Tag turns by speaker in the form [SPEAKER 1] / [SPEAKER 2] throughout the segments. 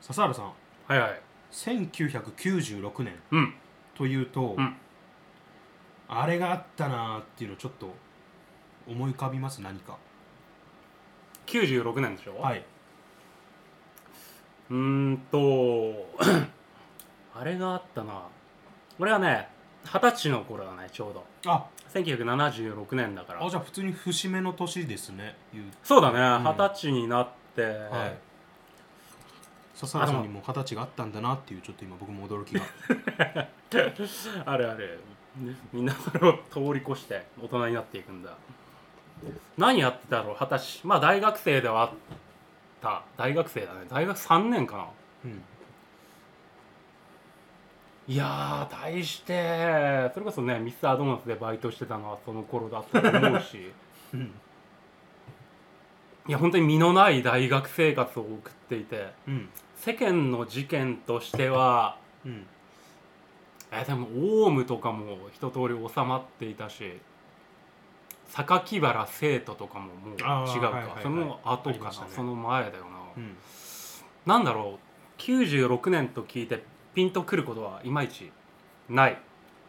[SPEAKER 1] 笹原さん
[SPEAKER 2] はいはい
[SPEAKER 1] 1996年
[SPEAKER 2] うん
[SPEAKER 1] というと、
[SPEAKER 2] うん
[SPEAKER 1] あれがあったなーっていうのちょっと思い浮かびます何か
[SPEAKER 2] 96年でしょ
[SPEAKER 1] はいいう
[SPEAKER 2] ーんと あれがあったな俺はね二十歳の頃だねちょうど
[SPEAKER 1] あ
[SPEAKER 2] 1976年だか
[SPEAKER 1] あ
[SPEAKER 2] ら
[SPEAKER 1] じゃあ普通に節目の年ですね言う
[SPEAKER 2] そうだね
[SPEAKER 1] う
[SPEAKER 2] 二
[SPEAKER 1] ん
[SPEAKER 2] 十、歳になって、
[SPEAKER 1] はい笹原さんにも二十歳があったんだなっていうちょっと今僕も 驚きが
[SPEAKER 2] あるあるみんなそれを通り越して大人になっていくんだ何やってたろう二十歳まあ大学生ではあった大学生だね大学3年かな
[SPEAKER 1] うん
[SPEAKER 2] いやー大してそれこそねミスタードーナツでバイトしてたのはその頃だったと思う し
[SPEAKER 1] うん
[SPEAKER 2] いや本当に身のない大学生活を送っていて
[SPEAKER 1] うん
[SPEAKER 2] 世間の事件としては
[SPEAKER 1] うん
[SPEAKER 2] えでもオウムとかも一通り収まっていたし榊原生徒とかももう違う
[SPEAKER 1] あーは
[SPEAKER 2] か、
[SPEAKER 1] いはいはい
[SPEAKER 2] その後
[SPEAKER 1] あり
[SPEAKER 2] かな、
[SPEAKER 1] ましたね
[SPEAKER 2] その前だよ
[SPEAKER 1] う
[SPEAKER 2] な、
[SPEAKER 1] ん
[SPEAKER 2] なんだろう96年と聞いてピンとくることはいまいちない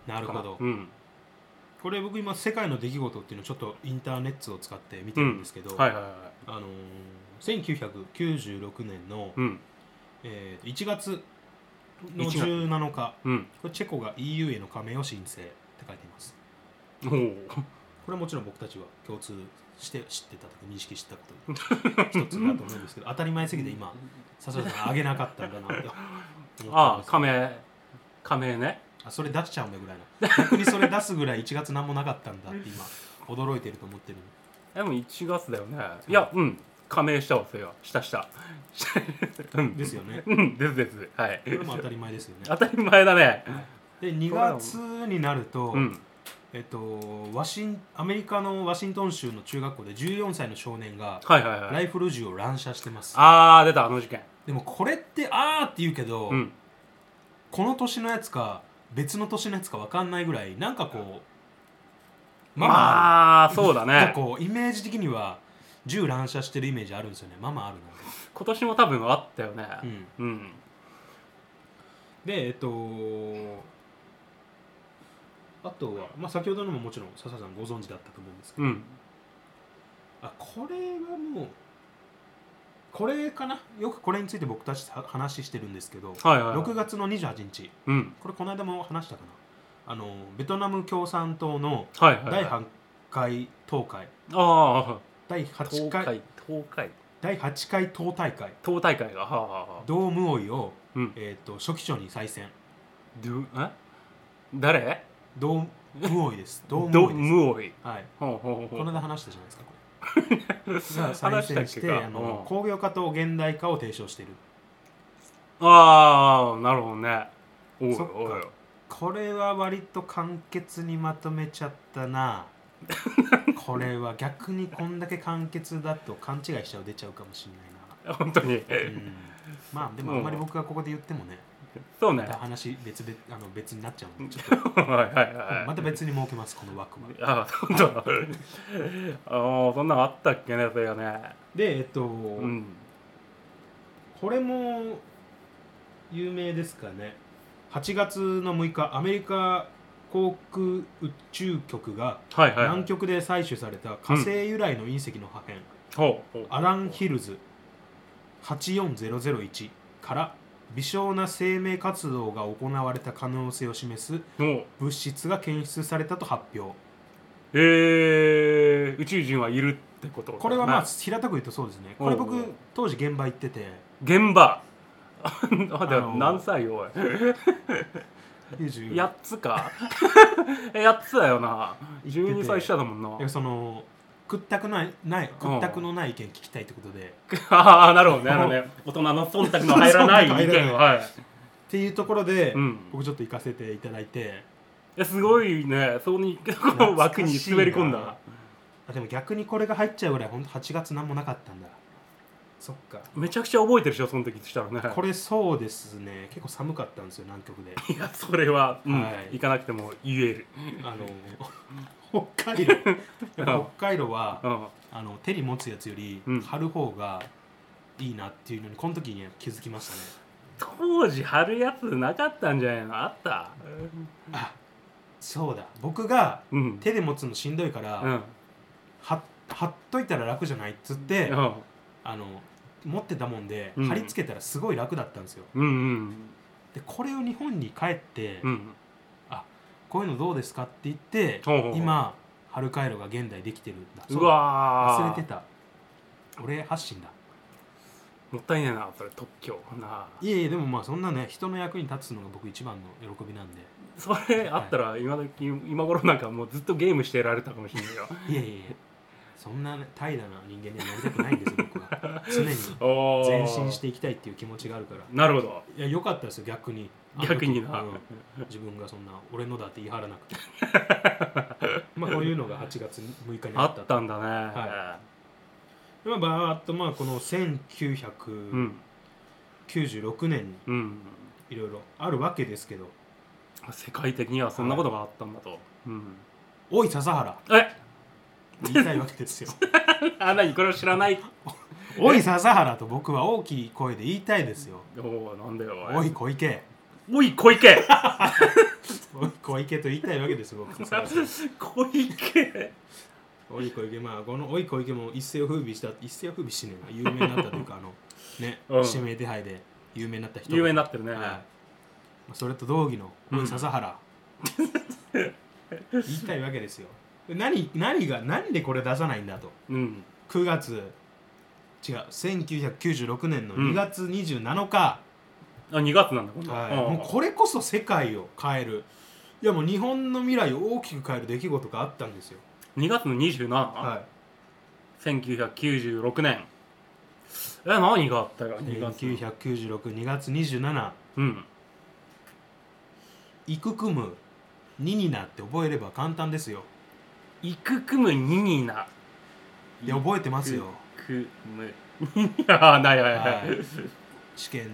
[SPEAKER 1] なるほど
[SPEAKER 2] うん
[SPEAKER 1] これ僕今世界の出来事っていうのをちょっとインターネットを使って見てるんですけど、
[SPEAKER 2] はいはいは
[SPEAKER 1] あのー、1996年の、
[SPEAKER 2] いうん
[SPEAKER 1] えー1月の
[SPEAKER 2] 1月
[SPEAKER 1] 17日
[SPEAKER 2] うん
[SPEAKER 1] これチェコが EU への加盟を申請って書いています
[SPEAKER 2] おー
[SPEAKER 1] これはもちろん僕たちは共通して知ってたとか認識してたことの一つだと思うんですけ ど当たり前すぎて今笹原さんあげなかったんだなって思って
[SPEAKER 2] あ
[SPEAKER 1] ま
[SPEAKER 2] あ
[SPEAKER 1] す
[SPEAKER 2] 加盟加盟ね
[SPEAKER 1] あそれ出しちゃうんだぐらいな逆にそれ出すぐらい1月何もなかったんだって今驚いてると思ってる
[SPEAKER 2] でも1月だよねいやうん加盟したわそれはしたした うん
[SPEAKER 1] ですよね
[SPEAKER 2] うんですですはい
[SPEAKER 1] これも当たり前ですよね
[SPEAKER 2] 当たり前だね
[SPEAKER 1] で2月になると、
[SPEAKER 2] うん
[SPEAKER 1] えっと、ワシンアメリカのワシントン州の中学校で14歳の少年が
[SPEAKER 2] はいはいは
[SPEAKER 1] ラ
[SPEAKER 2] い
[SPEAKER 1] イフル銃を乱射してます
[SPEAKER 2] あー出たあの事件
[SPEAKER 1] でもこれってあーって言うけど、
[SPEAKER 2] うん
[SPEAKER 1] この年のやつか別の年のやつか分かんないぐらいなんかこう
[SPEAKER 2] ま
[SPEAKER 1] ママあ
[SPEAKER 2] あそうだ
[SPEAKER 1] るなん
[SPEAKER 2] ね
[SPEAKER 1] か こうイメージ的には銃乱射してるイメージあるんですよねママあるな
[SPEAKER 2] 今年も多分あったよね
[SPEAKER 1] うん
[SPEAKER 2] うん
[SPEAKER 1] でえっとあとは、まあ、先ほどのももちろん笹さんご存知だったと思うんですけど
[SPEAKER 2] うん
[SPEAKER 1] あこれはもうこれかなよくこれについて僕たちは話してるんですけど、
[SPEAKER 2] はいはい
[SPEAKER 1] 6月の28日
[SPEAKER 2] うん
[SPEAKER 1] これこの間も話したかなあのベトナム共産党の
[SPEAKER 2] はいはいはい
[SPEAKER 1] 第8回党会
[SPEAKER 2] ああ
[SPEAKER 1] 第
[SPEAKER 2] 東
[SPEAKER 1] 8回
[SPEAKER 2] 海東海
[SPEAKER 1] 第8回党大会
[SPEAKER 2] 東大会がはあはあはあ
[SPEAKER 1] ドームオイを、
[SPEAKER 2] うん
[SPEAKER 1] えー、と書記長に再選
[SPEAKER 2] どえ誰
[SPEAKER 1] ドームオイです ドーム
[SPEAKER 2] ど
[SPEAKER 1] オイで
[SPEAKER 2] ムオイ
[SPEAKER 1] す、はい、
[SPEAKER 2] ほうほうほ
[SPEAKER 1] この
[SPEAKER 2] う
[SPEAKER 1] 間話したじゃないですかこ れが再選し
[SPEAKER 2] 話したっけ
[SPEAKER 1] て
[SPEAKER 2] か
[SPEAKER 1] あ
[SPEAKER 2] う
[SPEAKER 1] の
[SPEAKER 2] ん
[SPEAKER 1] 工業化と現代化を提唱している
[SPEAKER 2] ああなるほどねおい
[SPEAKER 1] そっか
[SPEAKER 2] おい
[SPEAKER 1] これは割と簡潔にまとめちゃった なこれは逆にこんだけ簡潔だと勘違いしちゃう出ちゃうかもしれ
[SPEAKER 2] 本当に
[SPEAKER 1] ないな、うん、まあでもあんまり僕がここで言ってもね
[SPEAKER 2] そう
[SPEAKER 1] ま
[SPEAKER 2] ね
[SPEAKER 1] た話別々あの別になっちゃうのでちょっ
[SPEAKER 2] はいはい
[SPEAKER 1] と
[SPEAKER 2] はい
[SPEAKER 1] また別に設けますこの枠は
[SPEAKER 2] あ本当だああそんなのあったっけねそれがね
[SPEAKER 1] でえっと、
[SPEAKER 2] うん
[SPEAKER 1] これも有名ですかね8月の6日アメリカ航空宇宙局が
[SPEAKER 2] はいはい
[SPEAKER 1] 南極で採取された火星由来の隕石の破片、
[SPEAKER 2] ほうほう
[SPEAKER 1] アラン・ヒルズ84001から微小な生命活動が行われた可能性を示す
[SPEAKER 2] ほう
[SPEAKER 1] 物質が検出されたと発表
[SPEAKER 2] えー、宇宙人はいるってことだね
[SPEAKER 1] これはまあ平たく言うとそうですねこれ
[SPEAKER 2] おうお
[SPEAKER 1] 僕
[SPEAKER 2] う
[SPEAKER 1] 当時現場行ってて
[SPEAKER 2] 現場あで
[SPEAKER 1] あの
[SPEAKER 2] 何歳よおい
[SPEAKER 1] 90
[SPEAKER 2] 8つかえ8つだよな12歳下だもんな
[SPEAKER 1] でその屈託ないない屈託のない意見聞きたいってことでっ
[SPEAKER 2] ああなるほどねなるほどね大人の忖度の入らない意
[SPEAKER 1] 忖度入らな
[SPEAKER 2] 見
[SPEAKER 1] い
[SPEAKER 2] はい
[SPEAKER 1] ていうところで、
[SPEAKER 2] うん
[SPEAKER 1] 僕ちょっと行かせていただいて
[SPEAKER 2] いやすごいねそこにこの枠に滑り込んだ
[SPEAKER 1] あでも逆にこれが入っちゃうぐらい本当8月何もなかったんだそっか
[SPEAKER 2] めちゃくちゃ覚えてるでしょその時したらね
[SPEAKER 1] これそうですね結構寒かったんですよ南極 で
[SPEAKER 2] いやそれは、うん
[SPEAKER 1] はい
[SPEAKER 2] 行かなくても言える、
[SPEAKER 1] あ の北海道やっぱ北海道は
[SPEAKER 2] うん、
[SPEAKER 1] あの手に持つやつより
[SPEAKER 2] うん
[SPEAKER 1] 貼る方がいいなっていうのにこの時に気づきましたね
[SPEAKER 2] 当時貼るやつなかったんじゃないのあった
[SPEAKER 1] あそうだ僕が
[SPEAKER 2] うん
[SPEAKER 1] 手で持つのしんどいから、
[SPEAKER 2] うん
[SPEAKER 1] は貼っといたら楽じゃないっつって、
[SPEAKER 2] うん
[SPEAKER 1] あの持ってたもんで、
[SPEAKER 2] うん
[SPEAKER 1] 貼り付けたらすごい楽だったんですよ
[SPEAKER 2] うん
[SPEAKER 1] でこれを日本に帰って、
[SPEAKER 2] うんうん
[SPEAKER 1] こういうのどうですかって言って、
[SPEAKER 2] ほうほうほう
[SPEAKER 1] 今ハルカイロが現代できてるんだそう
[SPEAKER 2] う
[SPEAKER 1] だ
[SPEAKER 2] わー
[SPEAKER 1] 忘れてた俺発信だ
[SPEAKER 2] もったいねえなそれ特許なあ
[SPEAKER 1] いえいえでもまあそんなね人の役に立つのが僕一番の喜びなんで
[SPEAKER 2] それあったら今時今頃なんかもうずっとゲームしてられたかもしれないよ
[SPEAKER 1] いえいえいえそんな怠惰な人間にはなりたくないんですよ僕は常に
[SPEAKER 2] おー
[SPEAKER 1] 前進していきたいっていう気持ちがあるから
[SPEAKER 2] なるほど
[SPEAKER 1] いや良かったですよ逆に
[SPEAKER 2] 逆にな
[SPEAKER 1] あの時うん自分がそんな俺のだって言い張らなくて まあこういうのが8月6日にあ
[SPEAKER 2] あ
[SPEAKER 1] った
[SPEAKER 2] ったんだね、
[SPEAKER 1] はまあバーっとまあこの
[SPEAKER 2] う
[SPEAKER 1] 1996
[SPEAKER 2] ん
[SPEAKER 1] 年に
[SPEAKER 2] うん
[SPEAKER 1] いろいろあるわけですけど
[SPEAKER 2] 世界的にはそんなことがあったんだと、うん
[SPEAKER 1] 「おい笹原
[SPEAKER 2] え」
[SPEAKER 1] 言いたいわけですよ
[SPEAKER 2] あなにこれを知らない
[SPEAKER 1] 「おい笹原」と僕は大きい声で言いたいですよ
[SPEAKER 2] おおなんだよ
[SPEAKER 1] 「
[SPEAKER 2] お
[SPEAKER 1] お
[SPEAKER 2] い
[SPEAKER 1] い小池」
[SPEAKER 2] おい小池
[SPEAKER 1] 「おい小池」と言いたいわけですよ僕笹原さん
[SPEAKER 2] 小池
[SPEAKER 1] おい小池まあこの「おい小池」も一世を風靡した一世を風靡しねえな有名になったという かあのね、
[SPEAKER 2] うん
[SPEAKER 1] 指名手配で有名になった人
[SPEAKER 2] 有名になってるね、
[SPEAKER 1] はいまあそれと同義の「
[SPEAKER 2] うん
[SPEAKER 1] おい笹原」 言いたいわけですよで何何が何でこれ出さないんだと
[SPEAKER 2] うん
[SPEAKER 1] 9月違う1996年の
[SPEAKER 2] うん
[SPEAKER 1] 2月27日、
[SPEAKER 2] あ2月なんだこんな、
[SPEAKER 1] はい
[SPEAKER 2] うん
[SPEAKER 1] もうこれこそ世界を変えるいやもう日本の未来を大きく変える出来事があったんですよ、
[SPEAKER 2] 2月の27、
[SPEAKER 1] は
[SPEAKER 2] 1996年え何があったよ
[SPEAKER 1] い、
[SPEAKER 2] 2月の
[SPEAKER 1] 1996 2月27
[SPEAKER 2] うん
[SPEAKER 1] イククムニニナって覚えれば簡単ですよ
[SPEAKER 2] イククムニニナ
[SPEAKER 1] いや覚えてますよ
[SPEAKER 2] クムニニ ナあないはいは、
[SPEAKER 1] はい試験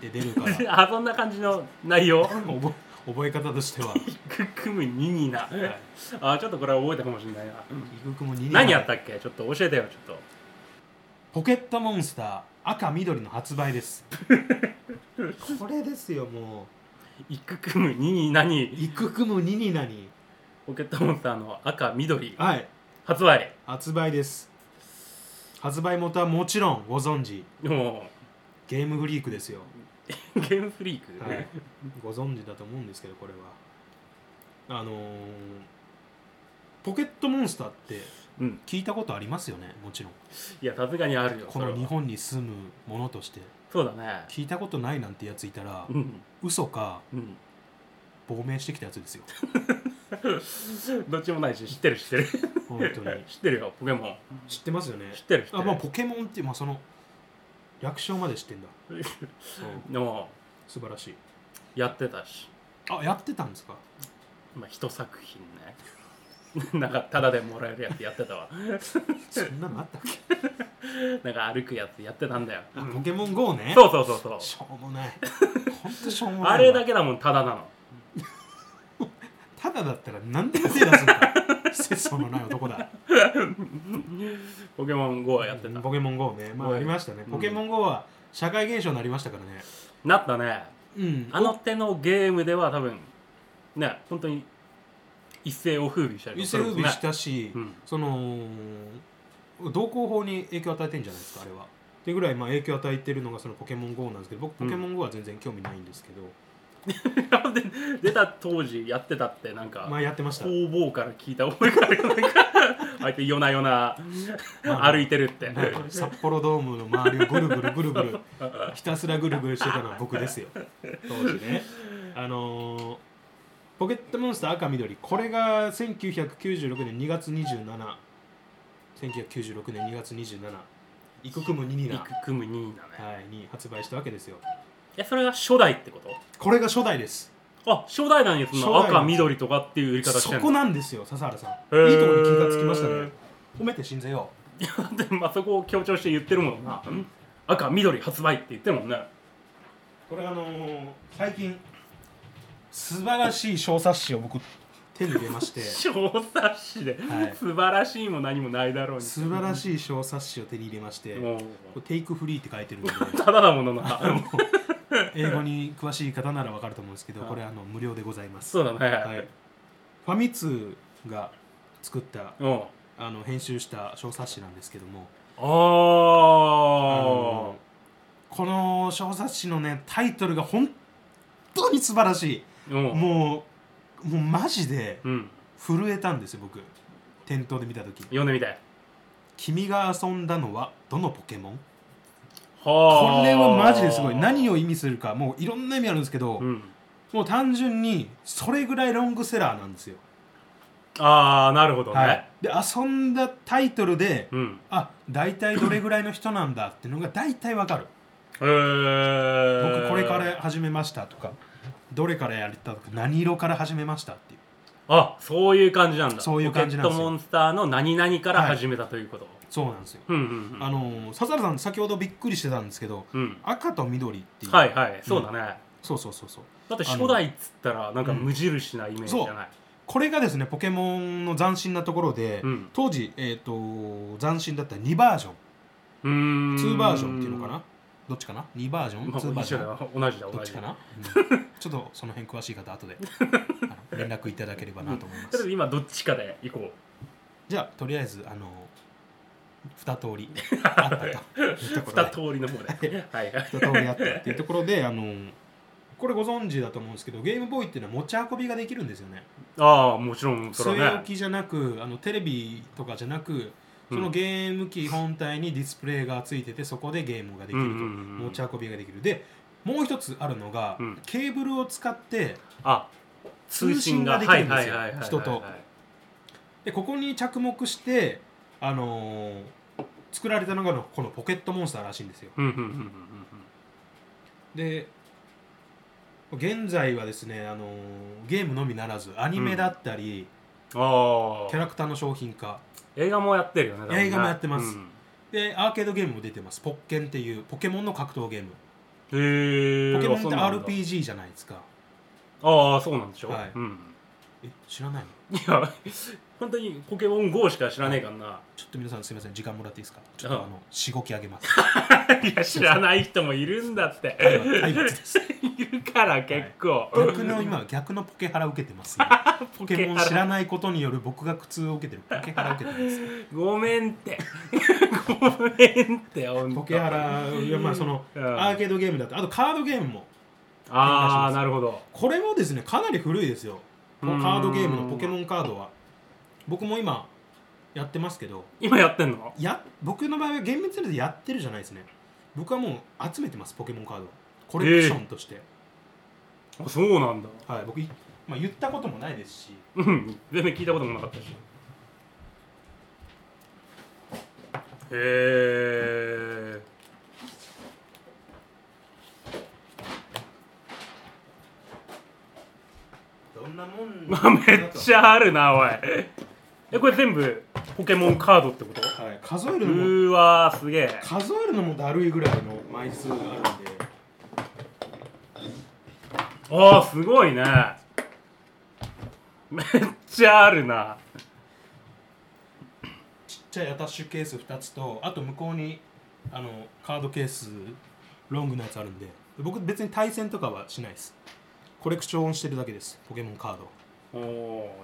[SPEAKER 1] で出るから
[SPEAKER 2] あそんな感じの内容
[SPEAKER 1] 覚え覚え方としては、
[SPEAKER 2] イククムニニナ
[SPEAKER 1] はい、
[SPEAKER 2] あちょっとこれは覚えたかもしれないな、
[SPEAKER 1] イククムニニナ
[SPEAKER 2] 何やったっけちょっと教えてよちょっ
[SPEAKER 1] ポケットモンスター赤緑の発売です これですよも
[SPEAKER 2] とイククムニニナ
[SPEAKER 1] う
[SPEAKER 2] に
[SPEAKER 1] イククムニニナに
[SPEAKER 2] ポケットモンスターの赤緑
[SPEAKER 1] はい
[SPEAKER 2] 発売
[SPEAKER 1] 発売です発売元はもちろんご存知
[SPEAKER 2] も
[SPEAKER 1] ゲームフリークですよ、
[SPEAKER 2] うゲームフリーク、
[SPEAKER 1] はい、ご存知だと思うんですけどこれはあのーポケットモンスターって
[SPEAKER 2] うん
[SPEAKER 1] 聞いたことありますよねもちろん
[SPEAKER 2] いやさすがにあるよ
[SPEAKER 1] この日
[SPEAKER 2] それは
[SPEAKER 1] 本に住むものとして
[SPEAKER 2] そうだね
[SPEAKER 1] 聞いたことないなんてやついたら
[SPEAKER 2] うん
[SPEAKER 1] 嘘か
[SPEAKER 2] うん
[SPEAKER 1] 亡命してきたやつですよ
[SPEAKER 2] どっちもないし知ってる知ってる
[SPEAKER 1] 本当 に
[SPEAKER 2] 知ってるよポケモン
[SPEAKER 1] 知ってますよね
[SPEAKER 2] 知ってる知ってる
[SPEAKER 1] あまあポケモンってまあその略称まで知ってんだうん
[SPEAKER 2] でも
[SPEAKER 1] 素晴らしい
[SPEAKER 2] やってたし、
[SPEAKER 1] あやってたんです か
[SPEAKER 2] まあ、一作品ね なんかタダでもらえるやつやってたわ
[SPEAKER 1] そんなのあったっけ
[SPEAKER 2] なんか歩くやつやってたんだよ、
[SPEAKER 1] あポケモン GO ね
[SPEAKER 2] そうそうそうそ
[SPEAKER 1] しょうも ないほんとしょうも
[SPEAKER 2] う
[SPEAKER 1] ないわ
[SPEAKER 2] あれだけだもんタダなの
[SPEAKER 1] ただだったら何でも手出すんだ 節操のない男だ
[SPEAKER 2] ポケモン GO はやってた
[SPEAKER 1] ポケモン GO ねまあ
[SPEAKER 2] はい
[SPEAKER 1] ありましたね
[SPEAKER 2] うん
[SPEAKER 1] ポケモン GO は社会現象になりましたからね
[SPEAKER 2] なったね
[SPEAKER 1] うん
[SPEAKER 2] あの手のゲームでは多分ね本当に一世を風靡したり
[SPEAKER 1] 一世風靡し
[SPEAKER 2] ね
[SPEAKER 1] たし、
[SPEAKER 2] うん
[SPEAKER 1] その動向法に影響を与えてんじゃないですかあれは。ってぐらいまあ影響を与えてるのがそのポケモン GO なんですけど僕
[SPEAKER 2] う
[SPEAKER 1] ポ
[SPEAKER 2] ん
[SPEAKER 1] ケモン GO は全然興味ないんですけど、
[SPEAKER 2] で出た当時やってたってなんか、
[SPEAKER 1] まあやってました
[SPEAKER 2] 工房から聞いた覚えがあるよ なんかあいつ夜な夜な
[SPEAKER 1] まあ
[SPEAKER 2] 歩いてるって、
[SPEAKER 1] なんか札幌ドームの周りをぐるぐるぐるぐるひたすらぐるぐるしてたのは僕ですよ当時ねあのーポケットモンスター赤緑これが1996年2月271996年2月27イククムニニナ、
[SPEAKER 2] ビ
[SPEAKER 1] は
[SPEAKER 2] ククムニーナね
[SPEAKER 1] い、に発売したわけですよ
[SPEAKER 2] えそれが初代ってこと
[SPEAKER 1] これが初代です
[SPEAKER 2] あ初代なのにその
[SPEAKER 1] 初代な
[SPEAKER 2] 赤
[SPEAKER 1] んです
[SPEAKER 2] 緑とかっていう売り方して
[SPEAKER 1] そ
[SPEAKER 2] る
[SPEAKER 1] こ
[SPEAKER 2] の
[SPEAKER 1] なんですよ笹原さんいいとこ
[SPEAKER 2] ー
[SPEAKER 1] ろに気がつきましたね褒めて信ぜよ
[SPEAKER 2] で まあそこを強調して言ってるもんな赤緑発売って言ってるもんね
[SPEAKER 1] うこれあのー最近素晴らしい小冊子を僕手に入れま して
[SPEAKER 2] 小冊子で、
[SPEAKER 1] はい
[SPEAKER 2] 素晴らしいも何もないだろうに
[SPEAKER 1] 素晴らしい小冊子を手に入れまして
[SPEAKER 2] も
[SPEAKER 1] これテイクフリーって書いてるんで
[SPEAKER 2] うただだものな
[SPEAKER 1] 英語に詳しい方ならわかると思うんですけど
[SPEAKER 2] はい
[SPEAKER 1] これあの無料でございます、
[SPEAKER 2] そうだね、
[SPEAKER 1] はい、ファミ通が作った
[SPEAKER 2] うん
[SPEAKER 1] あの編集した小冊子なんですけども
[SPEAKER 2] あ
[SPEAKER 1] あ
[SPEAKER 2] ー
[SPEAKER 1] のこの小冊子のねタイトルが本当に素晴らしい
[SPEAKER 2] うん
[SPEAKER 1] もうもうマジで
[SPEAKER 2] うん
[SPEAKER 1] 震えたんですよ僕店頭で見た時
[SPEAKER 2] 読んでみたい
[SPEAKER 1] 「君が遊んだのはどのポケモン?」
[SPEAKER 2] こ
[SPEAKER 1] これはマジですごい何を意味するかもういろんな意味あるんですけど、
[SPEAKER 2] うん、
[SPEAKER 1] もう単純にそれぐらいロングセラーなんですよ、
[SPEAKER 2] ああなるほどね、
[SPEAKER 1] はい、で遊んだタイトルで、
[SPEAKER 2] うん
[SPEAKER 1] あ大体どれぐらいの人なんだっていうのが大体わかる
[SPEAKER 2] へえ
[SPEAKER 1] 僕これから始めましたとかどれからやりたとか何色から始めましたっていう
[SPEAKER 2] あそういう感じなんだ
[SPEAKER 1] そういう感じなんですよ
[SPEAKER 2] ポケットモンスターの何々から始めたということ、
[SPEAKER 1] そうなんですよ、
[SPEAKER 2] うんうんうん
[SPEAKER 1] あのー笹原さん先ほどびっくりしてたんですけど
[SPEAKER 2] うん
[SPEAKER 1] 赤と緑っていう、
[SPEAKER 2] はいはいそうだね、
[SPEAKER 1] そうそうそうそう
[SPEAKER 2] だって初代っつったらなんか無印なイメージじゃない、
[SPEAKER 1] これがですねポケモンの斬新なところで、
[SPEAKER 2] うん
[SPEAKER 1] 当時、えー、と斬新だった2バージョン
[SPEAKER 2] うーん
[SPEAKER 1] 2バージョンっていうのかなどっちかな2バージョン、
[SPEAKER 2] まあ
[SPEAKER 1] 2バージ
[SPEAKER 2] 一緒
[SPEAKER 1] ョン
[SPEAKER 2] だ同じだ
[SPEAKER 1] ど
[SPEAKER 2] 同
[SPEAKER 1] っ
[SPEAKER 2] じ
[SPEAKER 1] ち
[SPEAKER 2] だ
[SPEAKER 1] かな、う んちょっとその辺詳しい方後であの連絡いただければなと思いま
[SPEAKER 2] とりあえ
[SPEAKER 1] す
[SPEAKER 2] ず今どっちかで行こ
[SPEAKER 1] じゃあとりあえずあの二通りあったというと
[SPEAKER 2] う
[SPEAKER 1] ころ
[SPEAKER 2] 二
[SPEAKER 1] で
[SPEAKER 2] 通りの方 ではいはい
[SPEAKER 1] 二通りあったっていうところであのこれご存知だと思うんですけどゲームボーイっていうのは持ち運びができるんですよね
[SPEAKER 2] ああもちろんそ
[SPEAKER 1] 据
[SPEAKER 2] れ
[SPEAKER 1] え
[SPEAKER 2] は
[SPEAKER 1] 置
[SPEAKER 2] ね
[SPEAKER 1] きじゃなくあのテレビとかじゃなくそのゲーム機本体にディスプレイがついててそこでゲームができると、
[SPEAKER 2] うんうんうんうん
[SPEAKER 1] 持ち運びができるでもう一つあるのが、
[SPEAKER 2] うん
[SPEAKER 1] ケーブルを使って
[SPEAKER 2] あ
[SPEAKER 1] 通信ができるんですよ
[SPEAKER 2] はいはいはいはいはい
[SPEAKER 1] 人とでここに着目して、あのー作られたのがこのポケットモンスターらしいんですよ
[SPEAKER 2] うんうんうんうん
[SPEAKER 1] で現在はですね、あのーゲームのみならずアニメだったり、
[SPEAKER 2] うん
[SPEAKER 1] キャ
[SPEAKER 2] ああ
[SPEAKER 1] ラクターの商品化
[SPEAKER 2] 映画もやってるよね多分ね
[SPEAKER 1] 映画もやってます
[SPEAKER 2] うん
[SPEAKER 1] でアーケードゲームも出てますポッケンっていうポケモンの格闘ゲーム
[SPEAKER 2] へえ
[SPEAKER 1] ポケモンって
[SPEAKER 2] あ
[SPEAKER 1] RPG じゃないですか
[SPEAKER 2] あーそうなんでしょ、
[SPEAKER 1] はい
[SPEAKER 2] うん、
[SPEAKER 1] え知らないの
[SPEAKER 2] いや本当にポケモン GO しか知らねえからな
[SPEAKER 1] ちょっと皆さんすみません時間もらっていいですかちょっとあのしごきあげます
[SPEAKER 2] いや知らない人もいるんだって
[SPEAKER 1] 体罰です
[SPEAKER 2] いるから結構、
[SPEAKER 1] 逆の今逆のポケハラ受けてますよポ
[SPEAKER 2] ポ
[SPEAKER 1] ケモン知
[SPEAKER 2] ら
[SPEAKER 1] らないことによる僕が苦痛を受けてるポケハラ受けてます
[SPEAKER 2] ごめんってごめんってほんと
[SPEAKER 1] ポケハラいやまあその
[SPEAKER 2] うん
[SPEAKER 1] アーケードゲームだったあとカードゲームも
[SPEAKER 2] ああなるほど
[SPEAKER 1] これもですねかなり古いですよこ
[SPEAKER 2] うー
[SPEAKER 1] の
[SPEAKER 2] ん
[SPEAKER 1] カードゲームのポケモンカードは僕も今やってますけど
[SPEAKER 2] 今やってんの
[SPEAKER 1] や僕の場合は厳密に言うとやってるじゃないですね僕はもう集めてますポケモンカードをコレクションとして、
[SPEAKER 2] あそうなんだ
[SPEAKER 1] はい僕い、まあ、言ったこともないですし
[SPEAKER 2] うん全然聞いたこともなかったしへえ
[SPEAKER 1] どんなもん
[SPEAKER 2] まあめっち
[SPEAKER 1] ゃ、
[SPEAKER 2] ゃあるなおいえこれ全部ポケモンカードってこと
[SPEAKER 1] はい、数え
[SPEAKER 2] う
[SPEAKER 1] るのも
[SPEAKER 2] ーわーすげえ
[SPEAKER 1] 数えるのもだるいぐらいの枚数があるんで
[SPEAKER 2] ああすごいねめっちゃあるな
[SPEAKER 1] ちっちゃいアタッシュケース2つとあと向こうにあのカードケースロングのやつあるんで僕別に対戦とかはしないですコレクションしてるだけですポケモンカードを
[SPEAKER 2] お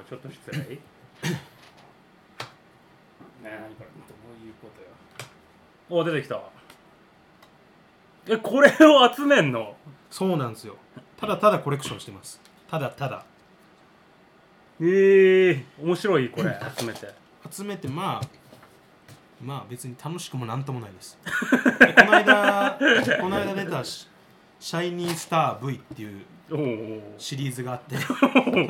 [SPEAKER 2] おちょっと失礼 ねえ何これどういうことよおお出てきたえこれを集めんの
[SPEAKER 1] そうなんですよただただコレクションしてますただただ
[SPEAKER 2] ええ面白いこれ集めて
[SPEAKER 1] 集めてまあまあ別に楽しくもなんともないですでこの 間この間出たシ「シャイニースター V」っていう
[SPEAKER 2] おーおー
[SPEAKER 1] シリーズがあ ってそ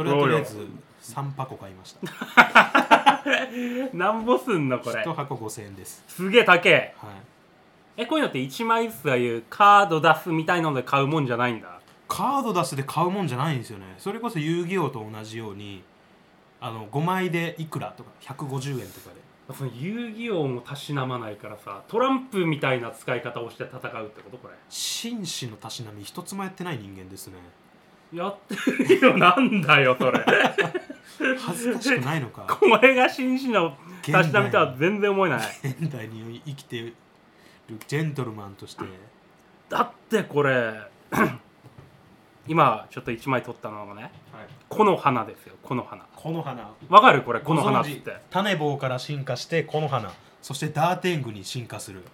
[SPEAKER 1] れはとりあえず3箱買いました
[SPEAKER 2] なんぼすんのこれ
[SPEAKER 1] 1箱5000円です
[SPEAKER 2] すげえ高え
[SPEAKER 1] はい
[SPEAKER 2] えこういうのって1枚ずつああいうカード出すみたいので買うもんじゃないんだ
[SPEAKER 1] カード出すで買うもんじゃないんですよねそれこそ遊戯王と同じようにあの5枚でいくらとか150円とかで
[SPEAKER 2] その遊戯王もたしなまないからさトランプみたいな使い方をして戦うってことこれ
[SPEAKER 1] 紳士のたしなみ一つもやってない人間ですね
[SPEAKER 2] やってるよなんだよそれ
[SPEAKER 1] 恥ずかしくないのか
[SPEAKER 2] お前が紳士のたしなみとは全然思えない
[SPEAKER 1] 現代に生きてるジェントルマンとして
[SPEAKER 2] だってこれ 今ちょっと1枚取ったのがね
[SPEAKER 1] はい、
[SPEAKER 2] この花ですよこの花
[SPEAKER 1] この花
[SPEAKER 2] わかるこれこの花っつっ
[SPEAKER 1] ご
[SPEAKER 2] て
[SPEAKER 1] 存知種棒から進化してこの花そしてダーテングに進化する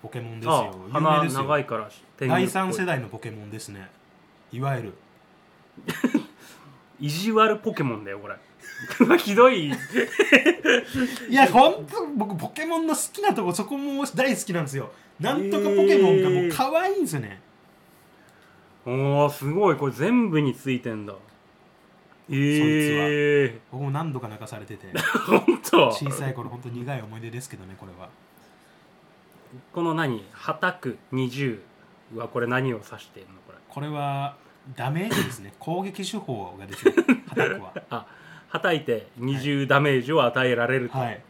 [SPEAKER 1] ポケモンです
[SPEAKER 2] あ
[SPEAKER 1] よ
[SPEAKER 2] あ
[SPEAKER 1] 有
[SPEAKER 2] 花
[SPEAKER 1] 名ですよ
[SPEAKER 2] 長いから天狗っぽ
[SPEAKER 1] 第
[SPEAKER 2] い
[SPEAKER 1] 三世代のポケモンですねいわゆる
[SPEAKER 2] 意地悪ポケモンだよこれ ひどい
[SPEAKER 1] いや本当僕ポケモンの好きなとこそこも大好きなんですよなんとかポケモンがもう可愛いんですよね、
[SPEAKER 2] おおすごいこれ全部についてんだええ
[SPEAKER 1] 僕も何度か泣かされてて
[SPEAKER 2] 本当
[SPEAKER 1] 小さい頃本当苦い思い出ですけどねこれは
[SPEAKER 2] この何「はたく20」はこれ何を指してるのこれ
[SPEAKER 1] これはダメージですね攻撃手法が ですね叩くは
[SPEAKER 2] あはたいて20ダメージを与えられると、
[SPEAKER 1] はい